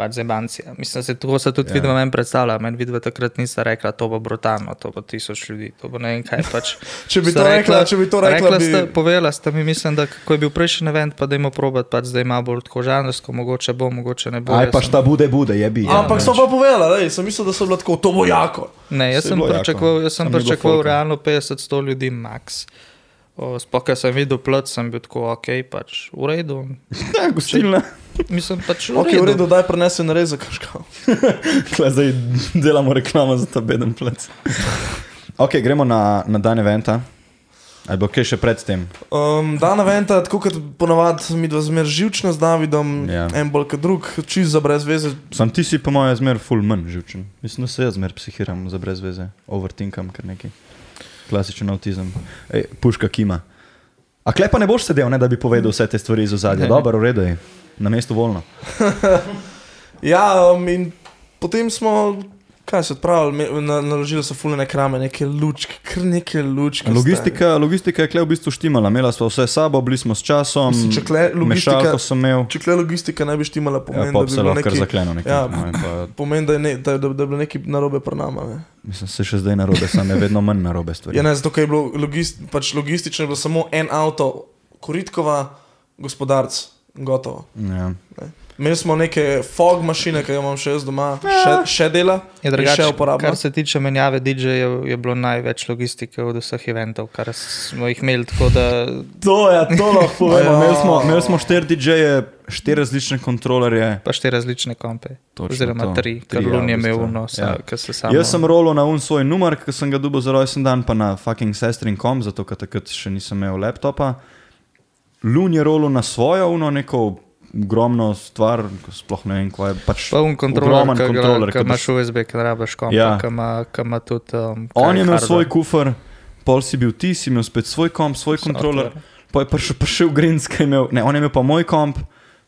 [SPEAKER 1] Pač zebancija. Mislim, se tako se tudi
[SPEAKER 3] Ja.
[SPEAKER 1] yeah. vidva meni predstavlja. Meni vidva takrat nista rekla, to bo brutalno, to bo tisoč ljudi, to bo ne vem kaj pač.
[SPEAKER 2] Če bi
[SPEAKER 1] Sta
[SPEAKER 2] to rekla, če bi to rekla, bi...
[SPEAKER 1] sta, povedala sta mi, mislim, da ko je bil prejšnji event, pa da jim oprobat, pač zdaj ima bolj tako žanrsko, mogoče bo, mogoče ne bo.
[SPEAKER 3] Aj
[SPEAKER 1] Jaz
[SPEAKER 3] pa
[SPEAKER 1] sem-
[SPEAKER 3] šta bude, bude, je bi.
[SPEAKER 2] Ampak so pa povedala, lej, sem mislil, da so bila tako, to bo jako.
[SPEAKER 1] Ne, jaz
[SPEAKER 3] Saj je
[SPEAKER 1] sem
[SPEAKER 3] bilo jako.
[SPEAKER 1] pričakoval, jaz sem
[SPEAKER 3] Samo ni bilo
[SPEAKER 1] pričakoval
[SPEAKER 3] folka.
[SPEAKER 1] realno 50-100 ljudi max. O, Sploh, ker sem videl plot, sem bil tako, ok, pač v redu.
[SPEAKER 3] Ja, gostilna.
[SPEAKER 1] Mislim, pač v
[SPEAKER 2] Ok, v
[SPEAKER 1] redu.
[SPEAKER 2] redu, daj prenesi na rezek. [laughs]
[SPEAKER 3] Kle zdaj delamo reklamo za ta beden plec. Ok, gremo na, na dan eventa. Ali bo kaj še predtem?
[SPEAKER 2] Um, Dan Aventa, tako kot ponavadi, mi dva zmer živčna z Davidom,
[SPEAKER 3] Ja.
[SPEAKER 2] yeah. en bolj kot drug, čist za brez veze.
[SPEAKER 3] Sam ti si, po mojem, zmer full manj živčen. Mislim, da se jaz zmer psihiram za brez veze, overtinkam kar neki. Klasičen avtizem. Ej, puška kima. A klepa ne boš sedel, ne, da bi povedal vse te stvari iz
[SPEAKER 2] [laughs]
[SPEAKER 3] ozadja.
[SPEAKER 1] Ne.
[SPEAKER 3] Dobro, v redu je. Na mestu volno.
[SPEAKER 2] Ja, um, in potem smo, kaj se odpravili, me- na, naložili so fulene krame, neke lučke, kar neke lučke.
[SPEAKER 3] Logistika, logistika je kle v bistvu štimala. Imela smo vse s sabo, bili smo s časom.
[SPEAKER 2] Mislim, če kle logistika-
[SPEAKER 3] um, Mešalko sem imel.
[SPEAKER 2] Če kle logistika ne bi štimala,
[SPEAKER 3] Ja,
[SPEAKER 2] pomeni, ja,
[SPEAKER 3] pa
[SPEAKER 2] da bi
[SPEAKER 3] se
[SPEAKER 2] bilo
[SPEAKER 3] lahko kar
[SPEAKER 2] nekaj,
[SPEAKER 3] zakleno nekaj.
[SPEAKER 2] Ja.
[SPEAKER 3] po mojem, pa-
[SPEAKER 2] pomen, da, je ne, da, da, da je bilo nekaj narobe pri nama. Ne.
[SPEAKER 3] Mislim, se še zdaj na robe, samo je vedno manj na robe stvari.
[SPEAKER 2] Ja, ne, zato ker je bilo logist, pač logistično je bilo samo en avto, koritkova, gospodarc, gotovo.
[SPEAKER 3] Ja.
[SPEAKER 2] Imeli smo neke fog mašine, ki jo imam še jaz doma, še, še dela,
[SPEAKER 1] Je
[SPEAKER 2] in
[SPEAKER 1] drugače,
[SPEAKER 2] še
[SPEAKER 1] kar
[SPEAKER 2] uporabljam.
[SPEAKER 1] se tiče menjave DJ-jev, je bilo največ logistike od vseh eventov, kar smo jih imeli. Tako da
[SPEAKER 3] To je, to lahko povemo.
[SPEAKER 2] Ja.
[SPEAKER 3] Imeli smo, imeli smo štiri DJ-je, štiri različne kontrolerje.
[SPEAKER 1] pa štiri pač različne kompe.
[SPEAKER 3] Točno
[SPEAKER 1] Oziroma
[SPEAKER 3] to.
[SPEAKER 1] tri, ker
[SPEAKER 3] Tri, ja,
[SPEAKER 1] Lun je
[SPEAKER 3] v bistvu.
[SPEAKER 1] imel unos,
[SPEAKER 3] Ja.
[SPEAKER 1] ja. ker se sam.
[SPEAKER 3] Samo. Jaz sem rolo na un svoj numar, ki sem ga dobil za rojsten dan, pa na fucking sestrin.com, zato ker takrat še nisem imel laptopa. Lun je rolo na svojo, uno neko ogromno stvar, ko sploh ne vem, kaj je. Pač
[SPEAKER 1] Poln
[SPEAKER 3] ogromen
[SPEAKER 1] kontroler, ki ga-
[SPEAKER 3] kontroler,
[SPEAKER 1] ki
[SPEAKER 3] ki pač-
[SPEAKER 1] imaš USB, ki rabaš kompa,
[SPEAKER 3] Ja.
[SPEAKER 1] ja. ki ima- ki ima tudi. Um,
[SPEAKER 3] On
[SPEAKER 1] kaj
[SPEAKER 3] je imel
[SPEAKER 1] hardware.
[SPEAKER 3] svoj kufer, pol si bil ti, si imel spet svoj komp, svoj kontroler, pa je prišel, prišel Grinc, ki je imel, ne, on je imel pa moj komp,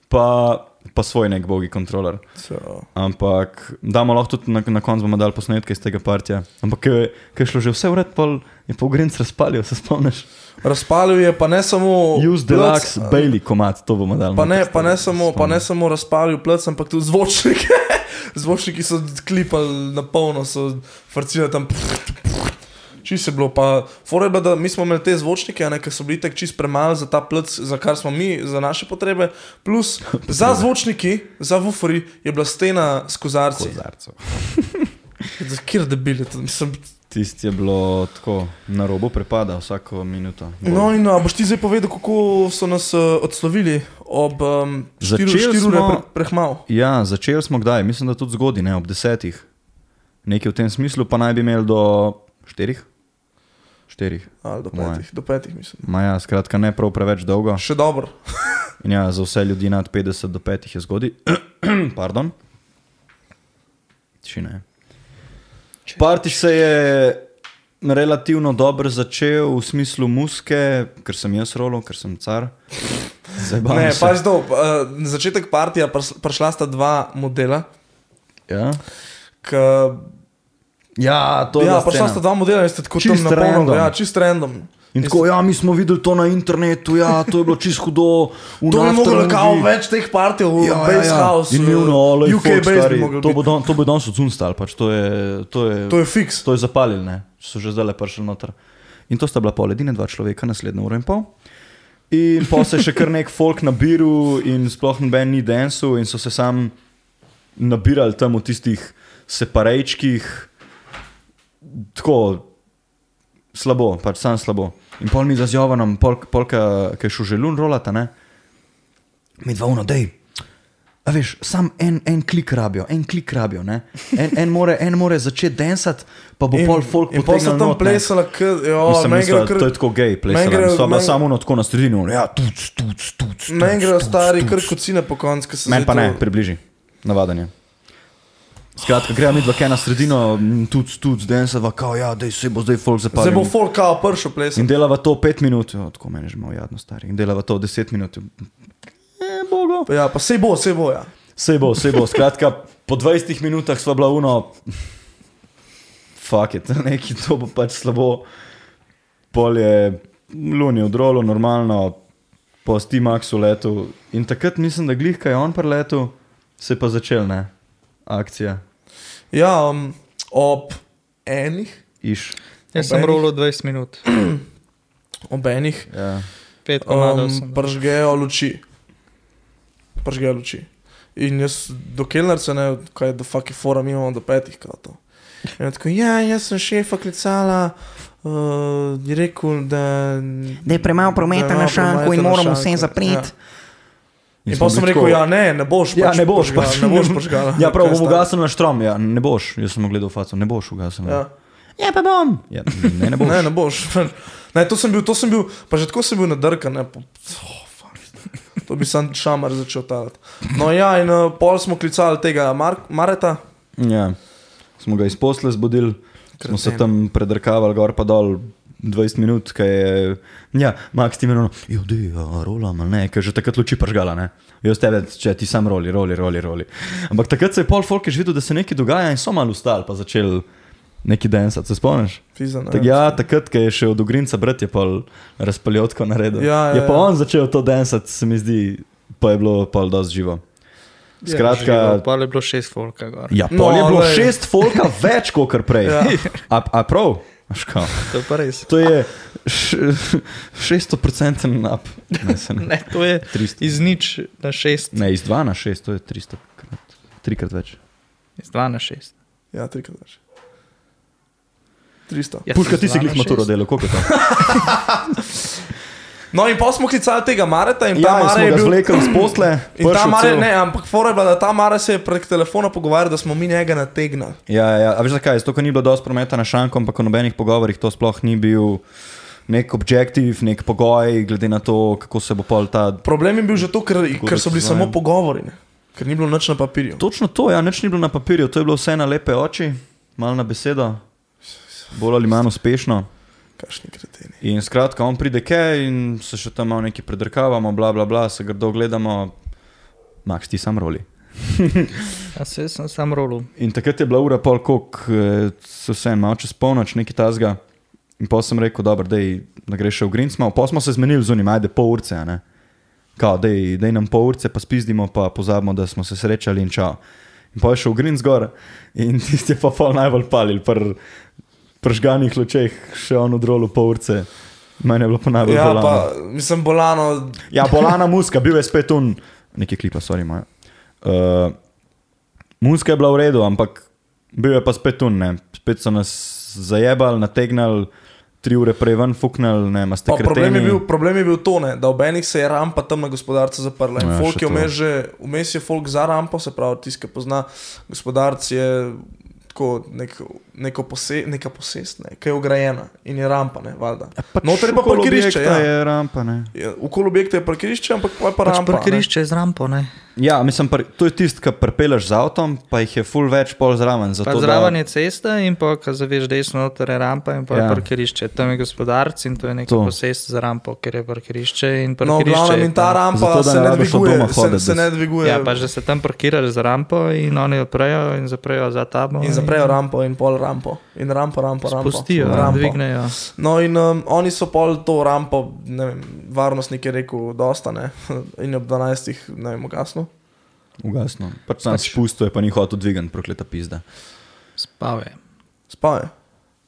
[SPEAKER 3] pa, pa svoj nek bogi kontroler.
[SPEAKER 2] So.
[SPEAKER 3] Ampak damo lahko tudi na, na koncu bomo dali posnetke iz tega partija. Ampak ker je- ker je šlo že vse v red, pol je pa Grinc razpalil, se spomniš?
[SPEAKER 2] Razpalil je pa ne samo.
[SPEAKER 3] Use
[SPEAKER 2] plac,
[SPEAKER 3] Deluxe, Bailey komat, to bomo dali. no,
[SPEAKER 2] Pa ne,
[SPEAKER 3] noter,
[SPEAKER 2] pa ne,
[SPEAKER 3] se
[SPEAKER 2] samo, pa ne
[SPEAKER 3] spomniš.
[SPEAKER 2] samo razpalil plec, ampak tudi zvočnike. [laughs] Zvočniki so klipali na polno, so frcile tam. Če se bilo pa, fora je bila, da mi smo imeli te zvočnike, a ne, ki so bili tako čist premalo za ta plec, za kar smo mi, za naše potrebe. Plus za zvočniki, za vufori je bila stena s kozarci.
[SPEAKER 3] Kozarcev.
[SPEAKER 2] Kjer debil je to, mislim.
[SPEAKER 3] Tisti je bilo tako na robu prepada vsako minuto. Bolj.
[SPEAKER 2] No, in a boš ti zdaj povedal, kako so nas eh, odslovili ob um, štiru,
[SPEAKER 3] Začeli
[SPEAKER 2] štiru
[SPEAKER 3] smo-
[SPEAKER 2] pre, prehmal.
[SPEAKER 3] Ja, začeli smo kdaj, mislim, da tudi zgodaj, ne ob desetih. Nekaj v tem smislu, pa naj bi imeli do štirih. Štirih.
[SPEAKER 2] Ali do
[SPEAKER 3] Moje.
[SPEAKER 2] petih, do petih mislim.
[SPEAKER 3] Maja, skratka, ne prav preveč dolgo.
[SPEAKER 2] Še dobro.
[SPEAKER 3] In ja, za vse ljudi nad 50 do 5 je zgodaj. [clears throat] Pardon. Če ne. Partiš se je relativno dobro začel v smislu muske, ker sem jaz rolo, ker sem car.
[SPEAKER 2] [laughs]
[SPEAKER 3] Zabavam
[SPEAKER 2] Ne,
[SPEAKER 3] se.
[SPEAKER 2] pač dol. Uh, na začetek partija prs- prišla sta dva modela.
[SPEAKER 3] Ja,
[SPEAKER 2] K,
[SPEAKER 3] ja to je
[SPEAKER 2] ja,
[SPEAKER 3] ja,
[SPEAKER 2] prišla sta dva modela in ste tako
[SPEAKER 3] Čisto
[SPEAKER 2] tam napolnili.
[SPEAKER 3] random.
[SPEAKER 2] Ja, čist random.
[SPEAKER 3] In tako, ja, mi smo videli to na internetu, ja, to je bilo čisto hudo. v
[SPEAKER 2] To bi moglo
[SPEAKER 3] Naftalovih."
[SPEAKER 2] kao več teh partijev, ja, Base ja, ja. House,
[SPEAKER 3] In mi vno, olej,
[SPEAKER 2] UK Base bi mogli.
[SPEAKER 3] to bo,
[SPEAKER 2] biti.
[SPEAKER 3] dan, to bo danes odsunstal, pač to je, to je,
[SPEAKER 2] To je fiks.
[SPEAKER 3] to je zapalil, ne? so že zdaj prišli noter. In to sta bila pol edine dva človeka, naslednjo uro in pol. In pa se je še kar nek folk nabiral, in sploh noben ni densu, in so se sam nabirali tam v tistih separejčkih, tako slabo, pač sam slabo. In pol mi zazjovanom, pol, pol ki je šel želun rolata, ne? mi dva uno, dej. A veš, sam en, en klik rabijo, en klik rabijo. ne. En, en, more, en more začeti densati, pa bo
[SPEAKER 2] In-
[SPEAKER 3] pol folk
[SPEAKER 2] In pa so
[SPEAKER 3] potegnil
[SPEAKER 2] tam
[SPEAKER 3] not, ne.
[SPEAKER 2] plesala, k- jo,
[SPEAKER 3] Mislim,
[SPEAKER 2] meni
[SPEAKER 3] mislila,
[SPEAKER 2] gre kar-
[SPEAKER 3] to je tako gej,
[SPEAKER 2] meni gre-
[SPEAKER 3] plesala. Sva bila
[SPEAKER 2] meni-
[SPEAKER 3] samo ono tako na sredini, ono, ja, tuc, tuc, tuc.
[SPEAKER 2] Meni gre stari kar kocine po koncu, ki se
[SPEAKER 3] Meni pa
[SPEAKER 2] zdaj
[SPEAKER 3] ne,
[SPEAKER 2] to-
[SPEAKER 3] približi, navadanje. Skratka, gremo mi dva kaj na sredino, tuc, tuc, densava, kao, ja, dej se bo zdaj folk zapadel.
[SPEAKER 2] Zdaj bo folk kao pršel
[SPEAKER 3] In
[SPEAKER 2] plesati.
[SPEAKER 3] delava to pet minut, jo, tako meni že malo jadno stari. In delava to deset minut. E, bogo.
[SPEAKER 2] Ja, pa sej bo, sej bo, ja.
[SPEAKER 3] Sej bo, sej bo. Skratka, po 20 minutah sva bila uno. Fak je, [laughs] neki to bo pač slabo. Pol je luni v drolu, normalno, po Steamaxu letu. In takrat mislim, da glihka je on preletu, se je pa začel, ne? Akcija.
[SPEAKER 2] Ja, um, ob enih,
[SPEAKER 3] Iš.
[SPEAKER 1] Jaz sem
[SPEAKER 2] Obenih.
[SPEAKER 1] rolo 20 minut,
[SPEAKER 2] ob enih,
[SPEAKER 3] Ja.
[SPEAKER 1] 5 komadov um,
[SPEAKER 2] um,
[SPEAKER 1] sem.
[SPEAKER 2] pržgejo luči. Pržgejo luči. In jaz do kelnerca ne, kaj je, da fuck je fora, mi imamo do petih kratov. In je tako, ja, jaz sem šefa klicala, uh, je rekel, da...
[SPEAKER 4] Da je premalo prometa
[SPEAKER 2] da je
[SPEAKER 4] na
[SPEAKER 2] malo
[SPEAKER 4] šanku
[SPEAKER 2] prometa
[SPEAKER 4] in
[SPEAKER 2] na
[SPEAKER 4] moramo
[SPEAKER 2] šanku.
[SPEAKER 4] vse zapreti.
[SPEAKER 2] Ja. In pa sem rekel, ja, ne, ne boš,
[SPEAKER 3] Ja,
[SPEAKER 2] pač
[SPEAKER 3] ne boš,
[SPEAKER 2] požgala,
[SPEAKER 3] pač,
[SPEAKER 2] ne boš požgala.
[SPEAKER 3] [laughs] Ja, prav,
[SPEAKER 2] Kaj
[SPEAKER 3] bom
[SPEAKER 2] stane?
[SPEAKER 3] ugasil na štrom, ja, ne boš. Jaz sem mu gledal v faco, ne boš ugasil.
[SPEAKER 2] Ja.
[SPEAKER 3] Ja. ja, pa bom. Ja, ne, ne boš.
[SPEAKER 2] Ne, ne boš. Ne, to sem bil, to sem bil, pa že tako sem bil nadrkan. ne, pa- Oh, fuck. to bi sam šamar začel talati. No ja, in uh, pol smo klicali tega Mar Mareta.
[SPEAKER 3] Ja. Smo ga iz posla zbudili, smo se
[SPEAKER 2] Kreten.
[SPEAKER 3] tam predrkavali gor pa dol 20 minut, kaj je, ja, Max ti imenovano, jodi, rola, ne, ker že takrat luči pržgala, ne. Jaz tebe, če ti sam roli, roli, roli, roli. Ampak takrat se je pol folk je že videl, da se nekaj dogaja in so malo ustali, pa začeli neki densat, se spomniš?
[SPEAKER 2] Fizan,
[SPEAKER 3] Tak, ja, takrat, ko je še od Ugrinca brat je pol razpaljotko naredil.
[SPEAKER 2] Ja, ja,
[SPEAKER 3] je pa
[SPEAKER 2] ja.
[SPEAKER 3] on začel to densat, se mi zdi, pa je bilo pol dosti živo.
[SPEAKER 2] Ja,
[SPEAKER 3] Skratka,
[SPEAKER 1] Pa je bilo 6 folka gor.
[SPEAKER 3] Ja,
[SPEAKER 2] No,
[SPEAKER 3] pol no, je bilo
[SPEAKER 2] glej.
[SPEAKER 3] šest folka več kot
[SPEAKER 2] [laughs]
[SPEAKER 3] prej.
[SPEAKER 2] Ja.
[SPEAKER 3] Ja. A, a prav? A škao.
[SPEAKER 1] To je pa res.
[SPEAKER 3] To je š- 600-procenten up. Ne, se ne.
[SPEAKER 1] Ne, to je
[SPEAKER 3] 300.
[SPEAKER 1] iz nič na 6,
[SPEAKER 3] ne, iz 2 na 6, to je 300 krat. Trikrat več.
[SPEAKER 1] iz 2 na 6.
[SPEAKER 2] Ja, trikrat več. 300.
[SPEAKER 1] Ja,
[SPEAKER 3] Puška,
[SPEAKER 1] iz
[SPEAKER 3] ti si
[SPEAKER 1] dva na
[SPEAKER 3] glih maturo
[SPEAKER 1] šest.
[SPEAKER 3] delo, koliko je to?
[SPEAKER 2] No in pa smo klicali tega Mareta in ta
[SPEAKER 3] Ja, in
[SPEAKER 2] Mare
[SPEAKER 3] smo
[SPEAKER 2] je
[SPEAKER 3] ga
[SPEAKER 2] bil.
[SPEAKER 3] zvlekel iz posle.
[SPEAKER 2] In ta
[SPEAKER 3] prišel
[SPEAKER 2] Mare,
[SPEAKER 3] cel.
[SPEAKER 2] ne, ampak fora je bila, da ta Mare se je prek telefona pogovarjal, da smo mi njega nategnali.
[SPEAKER 3] Ja, ja, a veš zakaj? Zato, ker ni bilo dosti prometa na šanku, ampak v nobenih pogovorih to sploh ni bil nek objektiv, nek pogoj, glede na to, kako se bo pol ta
[SPEAKER 2] Problem je bil že to, ker, ker so bili
[SPEAKER 3] Kurec,
[SPEAKER 2] samo
[SPEAKER 3] ne.
[SPEAKER 2] pogovori, ne. ker ni bilo nič na papirju.
[SPEAKER 3] Točno to, ja, nič ni bilo na papirju, to je bilo vse na lepe oči, malo na besedo, bolj ali manj uspešno.
[SPEAKER 2] Kakšni kreteni.
[SPEAKER 3] In skratka, on pride kaj in se še tam malo neki predrkavamo, bla bla bla, se grdo gledamo, max ti sam roli.
[SPEAKER 1] Ja, se sem sam rolo.
[SPEAKER 3] In takrat je bila ura pol kok, se vse malo čez polnoč, nekaj tazga. In pa sem rekel, dobro, dej, da greš še v Grincma, pa smo se zmenili z unim, ajde pol urce, a ne. Kao, dej, dej nam pol urce, pa spizdimo, pa pozabimo, da smo se srečali in čao. In pa je šel v Grinc gor in [laughs] tisti je pa pol najbolj palil, pr pržganih lučeh, še on odrolo pol urce. Mene je bilo pa najbolj
[SPEAKER 2] Ja,
[SPEAKER 3] bolano.
[SPEAKER 2] pa mislim, bolano,
[SPEAKER 3] Ja, bolana muska, bil je spet un, Eh, nekaj klipa, sorry, moja. Uh, muska je bila v redu, ampak Bil je pa spet tu, ne. Spet so nas zajebali, nategnali, tri ure prej ven fuknili, ne, ma ste
[SPEAKER 2] Pa, problem, je
[SPEAKER 3] kreteni.
[SPEAKER 2] bil, problem je bil to, ne, da ob enih se je rampa tam na gospodarcu zaprla.
[SPEAKER 3] Ja,
[SPEAKER 2] Ja, folk
[SPEAKER 3] še
[SPEAKER 2] je
[SPEAKER 3] to.
[SPEAKER 2] vmes že, vmes je folk za rampo, se pravi, tisti, ki pozna gospodarc, je tako nek, neko pose, neka posest, ne, ki je ugrajena in je rampa, ne, valjda.
[SPEAKER 3] Pač
[SPEAKER 2] Noter je pa
[SPEAKER 3] okoli
[SPEAKER 2] parkirišče,
[SPEAKER 3] objekta
[SPEAKER 2] ja.
[SPEAKER 3] Je rampa, ne.
[SPEAKER 2] Je- Okoli objekta je parkirišče, ampak pol je pa
[SPEAKER 1] Pač
[SPEAKER 2] rampa. ne.
[SPEAKER 1] parkirišče je z rampo, ne.
[SPEAKER 3] Ja, mislim, par, to je tisto, kar prepeleš z avtom, pa jih je full več pol zraven.
[SPEAKER 1] Pa
[SPEAKER 3] Zato,
[SPEAKER 1] Zraven
[SPEAKER 3] da,
[SPEAKER 1] je cesta in pa, ko zaveš desno, noter je rampa in pa
[SPEAKER 3] Ja.
[SPEAKER 1] ja. parkirišče. Tam je gospodarc in to je neko
[SPEAKER 3] To.
[SPEAKER 1] posest za rampo, ker je parkirišče in
[SPEAKER 2] No, v
[SPEAKER 1] parkirišče.
[SPEAKER 2] glavnem
[SPEAKER 1] je
[SPEAKER 2] in ta
[SPEAKER 1] tam-
[SPEAKER 2] rampa
[SPEAKER 3] Zato, da
[SPEAKER 2] se
[SPEAKER 3] ne
[SPEAKER 2] ne
[SPEAKER 3] rabiš od doma
[SPEAKER 2] dviguje, se,
[SPEAKER 3] hoditi,
[SPEAKER 2] se
[SPEAKER 3] da
[SPEAKER 2] ne dviguje.
[SPEAKER 1] Ja, pa že se tam parkiraš za rampo in oni odprejo in zaprejo za tabo.
[SPEAKER 2] In zaprejo rampo in pol rampo. In rampo, rampo, rampo.
[SPEAKER 1] Pustijo,
[SPEAKER 2] rampo.
[SPEAKER 1] dvignejo.
[SPEAKER 2] No, in um, oni so pol to rampo, ne vem, varnostnik je rekel, dosta ne. [laughs] In ob 12. ne vem, ugasno.
[SPEAKER 3] ugasno. Pač sam pač. spustil je, pa ni hotel dvigati, prokleta pizda.
[SPEAKER 1] Spave.
[SPEAKER 2] Spal je.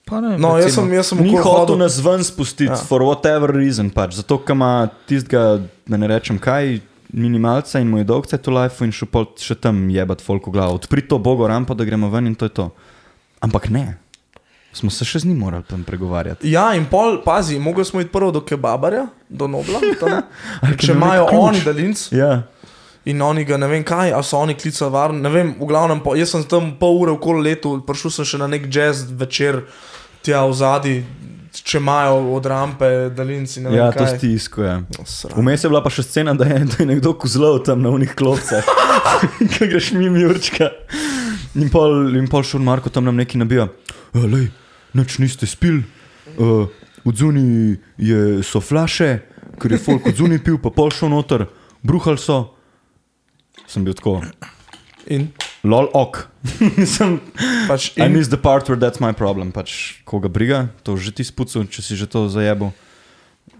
[SPEAKER 1] Pa ne,
[SPEAKER 2] No, jaz sem,
[SPEAKER 1] recimo,
[SPEAKER 2] jaz sem
[SPEAKER 3] Ja, Ni
[SPEAKER 2] okoli
[SPEAKER 3] hotel
[SPEAKER 2] hodil.
[SPEAKER 3] nas ven spustiti, ja.
[SPEAKER 2] Ja.
[SPEAKER 3] for whatever reason. Pač. Zato, ker ima tistega, da ne rečem kaj, minimalca in moj dolg cajt v lifeu in še, pol, še tam jebat folk v glavo. Odpri to bogo rampo, da gremo ven in to je to. Ampak ne, smo se še z njim morali tam pregovarjati.
[SPEAKER 2] Ja, in pol, pazi, mogli smo iti prvo do kebabarja, do Nobla. Tam,
[SPEAKER 3] [laughs] Ali
[SPEAKER 2] če
[SPEAKER 3] je imel
[SPEAKER 2] imajo
[SPEAKER 3] nek ključ?
[SPEAKER 2] oni daljinc
[SPEAKER 3] Ja.
[SPEAKER 2] in oni ga ne vem kaj, ali so oni klicali varen, ne vem, v glavnem, po, jaz sem tam pol ure okoli letu, prišel sem še na nek jazz večer, tja v zadnji, če imajo od rampe daljinci, ne vem
[SPEAKER 3] Ja, to
[SPEAKER 2] kaj.
[SPEAKER 3] si isko je.
[SPEAKER 2] Sram.
[SPEAKER 3] Vmes je bila pa še scena, da je, da je nekdo kuzlov tam na unih klopcah, [laughs] ki greš mimo Jurčka. In pol, in pol šur Marko tam nam neki nabija, lej, noč niste spil, uh, od zuni je- so flaše, ker je folk od zuni pil, pa pol šel noter, bruhal so. Sem bil tako,
[SPEAKER 2] In
[SPEAKER 3] lol ok. [laughs] Sem,
[SPEAKER 2] pač
[SPEAKER 3] I
[SPEAKER 2] in
[SPEAKER 3] miss the part where that's my problem. Pač, koga briga, to že ti spucu, če si že to zajebo.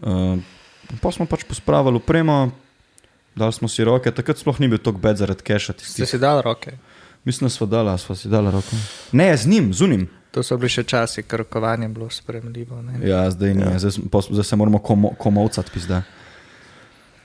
[SPEAKER 3] Uh, pa smo pač pospravili upremo, dali smo si roke, takrat sploh ni bil tako bed zaradi keša.
[SPEAKER 1] Ste
[SPEAKER 3] tistih.
[SPEAKER 1] si dal roke.
[SPEAKER 3] Mislim, da smo dali, a sva si dali roko. Ne, z njim, zunim.
[SPEAKER 1] To so bili še časi, ker rokovanje je bilo spremljivo. Ne?
[SPEAKER 3] Ja, zdaj ni, ja. Zdaj, smo- pos- zdaj se moramo komo, komovcati, pizda.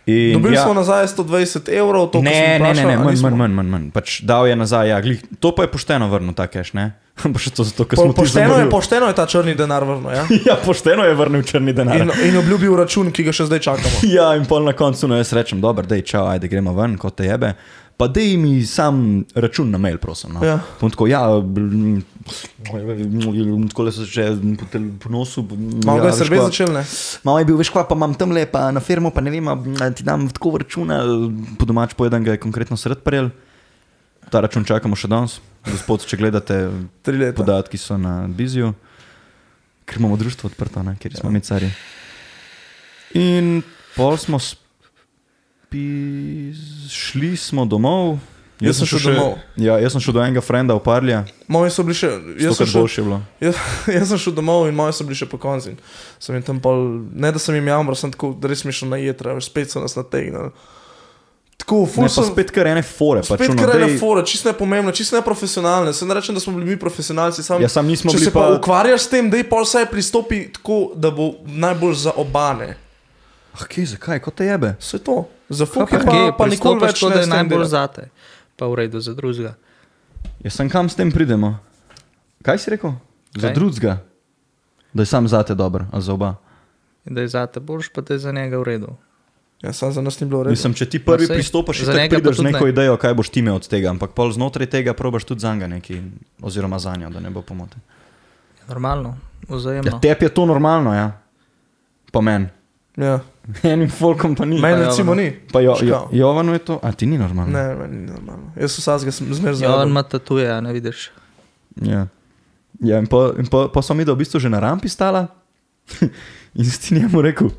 [SPEAKER 3] In
[SPEAKER 2] dobili
[SPEAKER 3] ja.
[SPEAKER 2] smo nazaj 120 evrov, to
[SPEAKER 3] ne,
[SPEAKER 2] smo
[SPEAKER 3] ne, ne, ne,
[SPEAKER 2] a
[SPEAKER 3] manj,
[SPEAKER 2] nismo?
[SPEAKER 3] manj, manj, manj, manj. Pač dal je nazaj, ja, glih, to pa je pošteno vrnil ta keš, ne? [laughs] Ampak še to zato, ker
[SPEAKER 2] Po,
[SPEAKER 3] smo ti
[SPEAKER 2] pošteno, je,
[SPEAKER 3] zamorili.
[SPEAKER 2] pošteno je ta črni denar vrno, ja?
[SPEAKER 3] [laughs] Ja, pošteno je vrnil črni denar.
[SPEAKER 2] in, in obljubil račun, ki ga še zdaj čakamo.
[SPEAKER 3] [laughs] Ja, in pol na koncu no, jaz rečem, dobro, da je čau, ajde gremo ven, kot te jebe. Pa da mi sam račun na mail, prosim. No.
[SPEAKER 2] Ja.
[SPEAKER 3] Pa on Tako, ja, bl- mm, tako se že po tel- po nosu. mm,
[SPEAKER 2] Malo
[SPEAKER 3] ja,
[SPEAKER 2] ja, je
[SPEAKER 3] veš
[SPEAKER 2] srbe
[SPEAKER 3] kva,
[SPEAKER 2] začel, ne?
[SPEAKER 3] Malo je bil, veš, kva, pa imam tam lepa na firmo, pa ne vem, a, a ti dam tako računa, po domač pojedan ga je konkretno sred prejel. Ta račun čakamo še danes. Gospod, če gledate,
[SPEAKER 2] Tri leta.
[SPEAKER 3] podatki so na Biziju, ker imamo društvo odprto, ne,
[SPEAKER 2] Ja.
[SPEAKER 3] kjer smo mi cari. In pol smo spi... šli smo domov.
[SPEAKER 2] Jaz sem šel domov.
[SPEAKER 3] Ja, jaz sem šel do enega frenda v Parlja,
[SPEAKER 2] Moji so bili še, jaz sem,
[SPEAKER 3] stokrat
[SPEAKER 2] šel,
[SPEAKER 3] boljše je bilo.
[SPEAKER 2] jaz, [laughs] jaz sem šel domov in moji so bili še po koncu. in Sem jim tam pol, ne da sem jim jamral, sem tako, da res mi šel na jetra, veš, spet so nas nategnili. Tako,
[SPEAKER 3] Ne,
[SPEAKER 2] ful
[SPEAKER 3] pa
[SPEAKER 2] sem.
[SPEAKER 3] spet kar ene fore, pač
[SPEAKER 2] Spet
[SPEAKER 3] ono,
[SPEAKER 2] krajne
[SPEAKER 3] dej-
[SPEAKER 2] fore, čist ne pomembno, čist ne profesionalne. Se ne rečem, da smo bili mi profesionalci, sam,
[SPEAKER 3] Ja, sam nismo
[SPEAKER 2] no. če
[SPEAKER 3] bili
[SPEAKER 2] se pa,
[SPEAKER 3] pa-
[SPEAKER 2] pa ukvarjaš s tem, da je pol vsaj pristopi tako, da bo najbolj za obane.
[SPEAKER 3] Ah, kje, zakaj, kot te jebe?
[SPEAKER 2] Vse to. Za
[SPEAKER 1] Pa,
[SPEAKER 2] fuck
[SPEAKER 1] pa,
[SPEAKER 2] je pa,
[SPEAKER 1] pa,
[SPEAKER 2] pa nikoli več
[SPEAKER 1] to, da je
[SPEAKER 2] ne
[SPEAKER 1] najbolj
[SPEAKER 2] za.
[SPEAKER 1] zate, pa v redu za drugega.
[SPEAKER 3] Jaz sem kam s tem pridemo? Kaj si rekel? Za
[SPEAKER 1] Kaj?
[SPEAKER 3] drugega. Da je sam zate dober, ali za oba.
[SPEAKER 1] In da je zate boš, pa da je za njega v redu.
[SPEAKER 2] Ja, sam za nas ni bilo res.
[SPEAKER 3] Mislim, če ti prvi
[SPEAKER 1] saj,
[SPEAKER 3] pristopiš,
[SPEAKER 1] za
[SPEAKER 3] tako
[SPEAKER 1] njega pa
[SPEAKER 3] prideš z
[SPEAKER 1] tudi
[SPEAKER 3] neko ne.
[SPEAKER 1] ne.
[SPEAKER 3] idejo, kaj boš ti imel od tega, ampak pol znotraj tega probaš tudi za njega nekaj, oziroma za njo, da ne bo pomote.
[SPEAKER 1] Normalno, vzajemno.
[SPEAKER 3] Ja, tebi je to normalno, ja. Pa meni.
[SPEAKER 2] Ja.
[SPEAKER 3] [laughs] Enim folkom pa ni.
[SPEAKER 2] Meni
[SPEAKER 1] Pa
[SPEAKER 2] recimo
[SPEAKER 1] Jovanu.
[SPEAKER 2] ni.
[SPEAKER 3] Pa ja, jo, jo,
[SPEAKER 2] Škav.
[SPEAKER 3] Jovanu je to, a ti ni normalno.
[SPEAKER 2] Ne, meni ni normalno. Jaz vsega sem zmeraj
[SPEAKER 1] Ja, on
[SPEAKER 2] zraven.
[SPEAKER 1] ima tatuje, a ne vidiš.
[SPEAKER 3] Ja. Ja, in pa, in pa, pa so mi, da v bistvu že na rampi stala in si ti njemu rekel,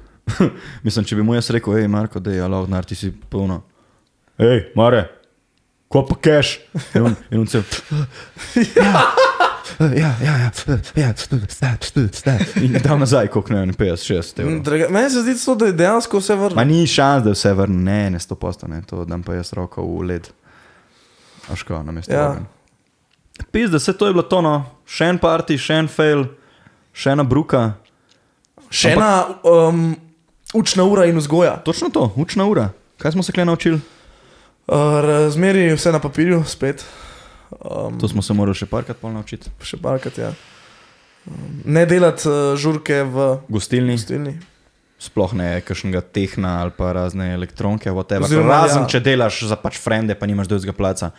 [SPEAKER 3] mislim, če bi mu jaz rekel, hej, Marko, da je alavdnar, ti si polno. Hej, Mare, ko pa keš? In on, in on cel. Ja, ja, ja, ja, ja, ja, in dal nazaj, koliko ne, 50-60 evrov.
[SPEAKER 2] Mm, Meni se zdi, to, da je dejansko vse
[SPEAKER 3] Ma
[SPEAKER 2] vrnjeno.
[SPEAKER 3] ni šans, da vse vrne, ne, ne 100%, ne, to dam pa jaz roko v led. Aško, na mestu.
[SPEAKER 2] Ja.
[SPEAKER 3] Ja. Pis, da se to je bilo tono, še en party, še en fail, še ena bruka.
[SPEAKER 2] Še ena um, učna ura in vzgoja.
[SPEAKER 3] Točno to, učna ura. Kaj smo se kle naučili?
[SPEAKER 2] Uh, Razmeri je vse na papirju, spet. Um,
[SPEAKER 3] To smo se morali še parkrat pol naučiti.
[SPEAKER 2] Še parkrat, ja. Um, ne delati uh, žurke v
[SPEAKER 3] Gostilni,
[SPEAKER 2] gostilni.
[SPEAKER 3] sploh ne kakšnega tehna ali pa razne elektronike, whatever.
[SPEAKER 2] Oziroma,
[SPEAKER 3] Oziroma,
[SPEAKER 2] ja.
[SPEAKER 3] Razen, ja. če delaš za pač frende, pa nimaš drugega placa.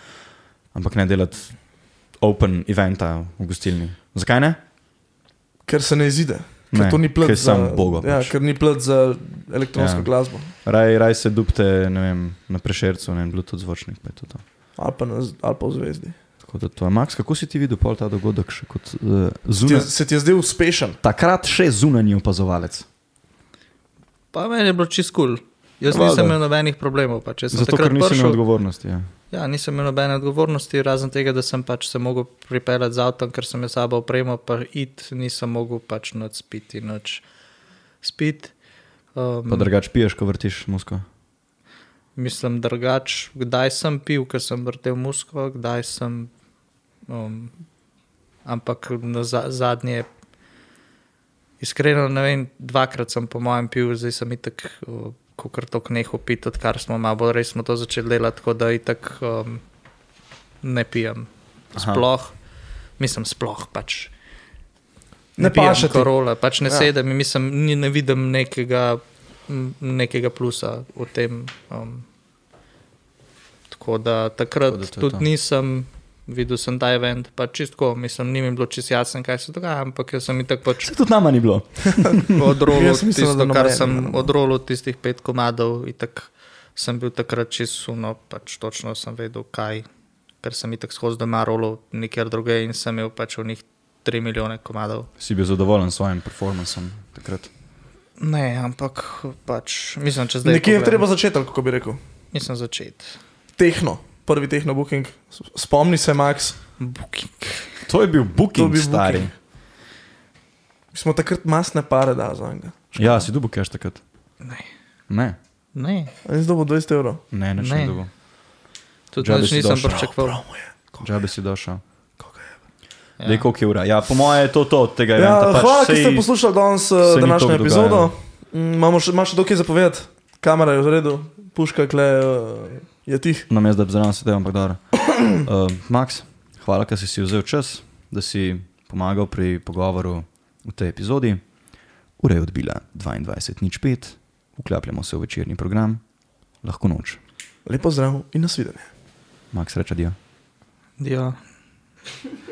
[SPEAKER 3] Ampak ne delati open eventa v gostilni. Zakaj ne?
[SPEAKER 2] Ker se ne izide. Ker
[SPEAKER 3] Ne,
[SPEAKER 2] to ni plat
[SPEAKER 3] ker
[SPEAKER 2] za,
[SPEAKER 3] samo Boga
[SPEAKER 2] ja,
[SPEAKER 3] pač.
[SPEAKER 2] ker ni plat za elektronsko ja.
[SPEAKER 3] Ja.
[SPEAKER 2] glasbo.
[SPEAKER 3] Raj, raj se dubte ne vem, na prešercu, ne vem, Bluetooth zvočnik. pa je to to.
[SPEAKER 2] Ali pa, na, z- ali pa v zvezdi.
[SPEAKER 3] Tako da to je. Max, kako si ti videl pol ta dogodek še kot uh,
[SPEAKER 2] Ti, je-
[SPEAKER 3] zunanji?
[SPEAKER 2] se ti je zdel uspešen?
[SPEAKER 3] Takrat še zunanji opazovalec.
[SPEAKER 1] Pa meni je bilo čist kul. Cool. Jaz
[SPEAKER 3] Ja,
[SPEAKER 1] ja, nisem
[SPEAKER 3] valjda.
[SPEAKER 1] imel nobenih problemov. Pa. Če sem
[SPEAKER 3] Zato, ker
[SPEAKER 1] takrat
[SPEAKER 3] nisem imel
[SPEAKER 1] prišel,
[SPEAKER 3] odgovornosti. Ja.
[SPEAKER 1] ja, nisem imel nobene odgovornosti, razen tega, da sem pač se mogel pripeljati z avtom, ker sem jaz sabo opremo, pa it nisem mogel pač noč spiti, noč spiti.
[SPEAKER 3] Pa
[SPEAKER 1] Um,
[SPEAKER 3] drugače piješ, ko vrtiš musko.
[SPEAKER 1] mislim, drugač, kdaj sem pil, ker sem vrtel musko, kdaj sem. Um, ampak na za, zadnje, iskreno, ne vem, dvakrat sem po mojem pil, zdaj sem itak, ko kar tok neho pit, odkar smo malo, res smo to začeli delati, tako da itak um, ne pijem.
[SPEAKER 3] Aha.
[SPEAKER 1] Sploh, mislim, sploh pač.
[SPEAKER 2] Ne
[SPEAKER 1] pijem
[SPEAKER 2] paše ti.
[SPEAKER 1] Korola, pač ne
[SPEAKER 2] Ja.
[SPEAKER 1] ja. sedem in mislim, ni, ne vidim nekega, m, nekega plusa v tem. Um, tako da takrat
[SPEAKER 3] Tako
[SPEAKER 1] tako da
[SPEAKER 3] da to je
[SPEAKER 1] tudi
[SPEAKER 3] to.
[SPEAKER 1] to. nisem. Videl sem ta event, pa čistko, mislim, ni mi bilo čisto jasno, kaj se dogaja, ampak jaz sem jih tako pač
[SPEAKER 3] Se tudi nama ni bilo.
[SPEAKER 1] Hm. odrolil
[SPEAKER 2] Jaz mislim,
[SPEAKER 1] tisto,
[SPEAKER 2] da
[SPEAKER 1] kar
[SPEAKER 2] noben, ne
[SPEAKER 1] sem
[SPEAKER 2] bo.
[SPEAKER 1] odrolil, tistih pet komadov. Itak, sem bil takrat čist suno, pač točno sem vedel, kaj, ker sem jih tako skozi doma rolil, nikjer druge in sem imel pač v njih 3 milijone komadov.
[SPEAKER 3] Si bil zadovoljen s svojim performancem takrat.
[SPEAKER 1] Ne, ampak pač, mislim, če zdaj.
[SPEAKER 2] Nekje je
[SPEAKER 1] pogledam-
[SPEAKER 2] treba začeti, ali kako bi rekel.
[SPEAKER 1] Nisem začeti.
[SPEAKER 2] Tehno, prvi tehno booking. S- Spomni se, Max.
[SPEAKER 1] Booking.
[SPEAKER 3] To je bil
[SPEAKER 2] To
[SPEAKER 3] booking,
[SPEAKER 2] bi bil
[SPEAKER 3] stari.
[SPEAKER 2] booking. Mi smo takrat masne pare dali za njega.
[SPEAKER 3] Ja, si dubo keš takrat.
[SPEAKER 1] Ne.
[SPEAKER 3] Ne,
[SPEAKER 1] Ne,
[SPEAKER 2] Ali zdaj bo 20 evrov?
[SPEAKER 3] ne, nič
[SPEAKER 1] Ne.
[SPEAKER 3] ne dubo.
[SPEAKER 1] tudi
[SPEAKER 3] Žabi
[SPEAKER 1] nič
[SPEAKER 3] si
[SPEAKER 1] nisem
[SPEAKER 3] došel.
[SPEAKER 1] pričakoval.
[SPEAKER 3] Džabe si došel. Ja. Dej,
[SPEAKER 1] Ja.
[SPEAKER 3] koliko je ura? Ja, po moje je to to od tega eventa.
[SPEAKER 2] Ja,
[SPEAKER 3] pač
[SPEAKER 2] hvala, ker
[SPEAKER 3] sej-
[SPEAKER 2] ste poslušali danes eh,
[SPEAKER 3] sej ni
[SPEAKER 2] današnjo
[SPEAKER 3] toliko
[SPEAKER 2] epizodo.
[SPEAKER 3] dogajanja.
[SPEAKER 2] Mm, imamo še- Imaš še dokaj zapovedati? Kamera je v redu, puška kle eh, je tih.
[SPEAKER 3] No, jaz da bi zraven sedel, ampak dobro. Uh, Max, hvala, da si si vzel čas, da si pomagal pri pogovoru v tej epizodi. Ura je odbila 22.05, vklapljamo se v večerni program, lahko noč.
[SPEAKER 2] Lepo zdrav in nasvidenje.
[SPEAKER 3] Max reče, da je.
[SPEAKER 1] Ja.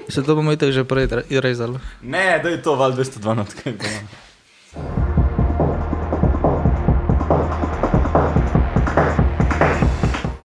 [SPEAKER 1] Se to bomo itak že prej re- rezali.
[SPEAKER 3] Ne, da je to val 212, kaj pa.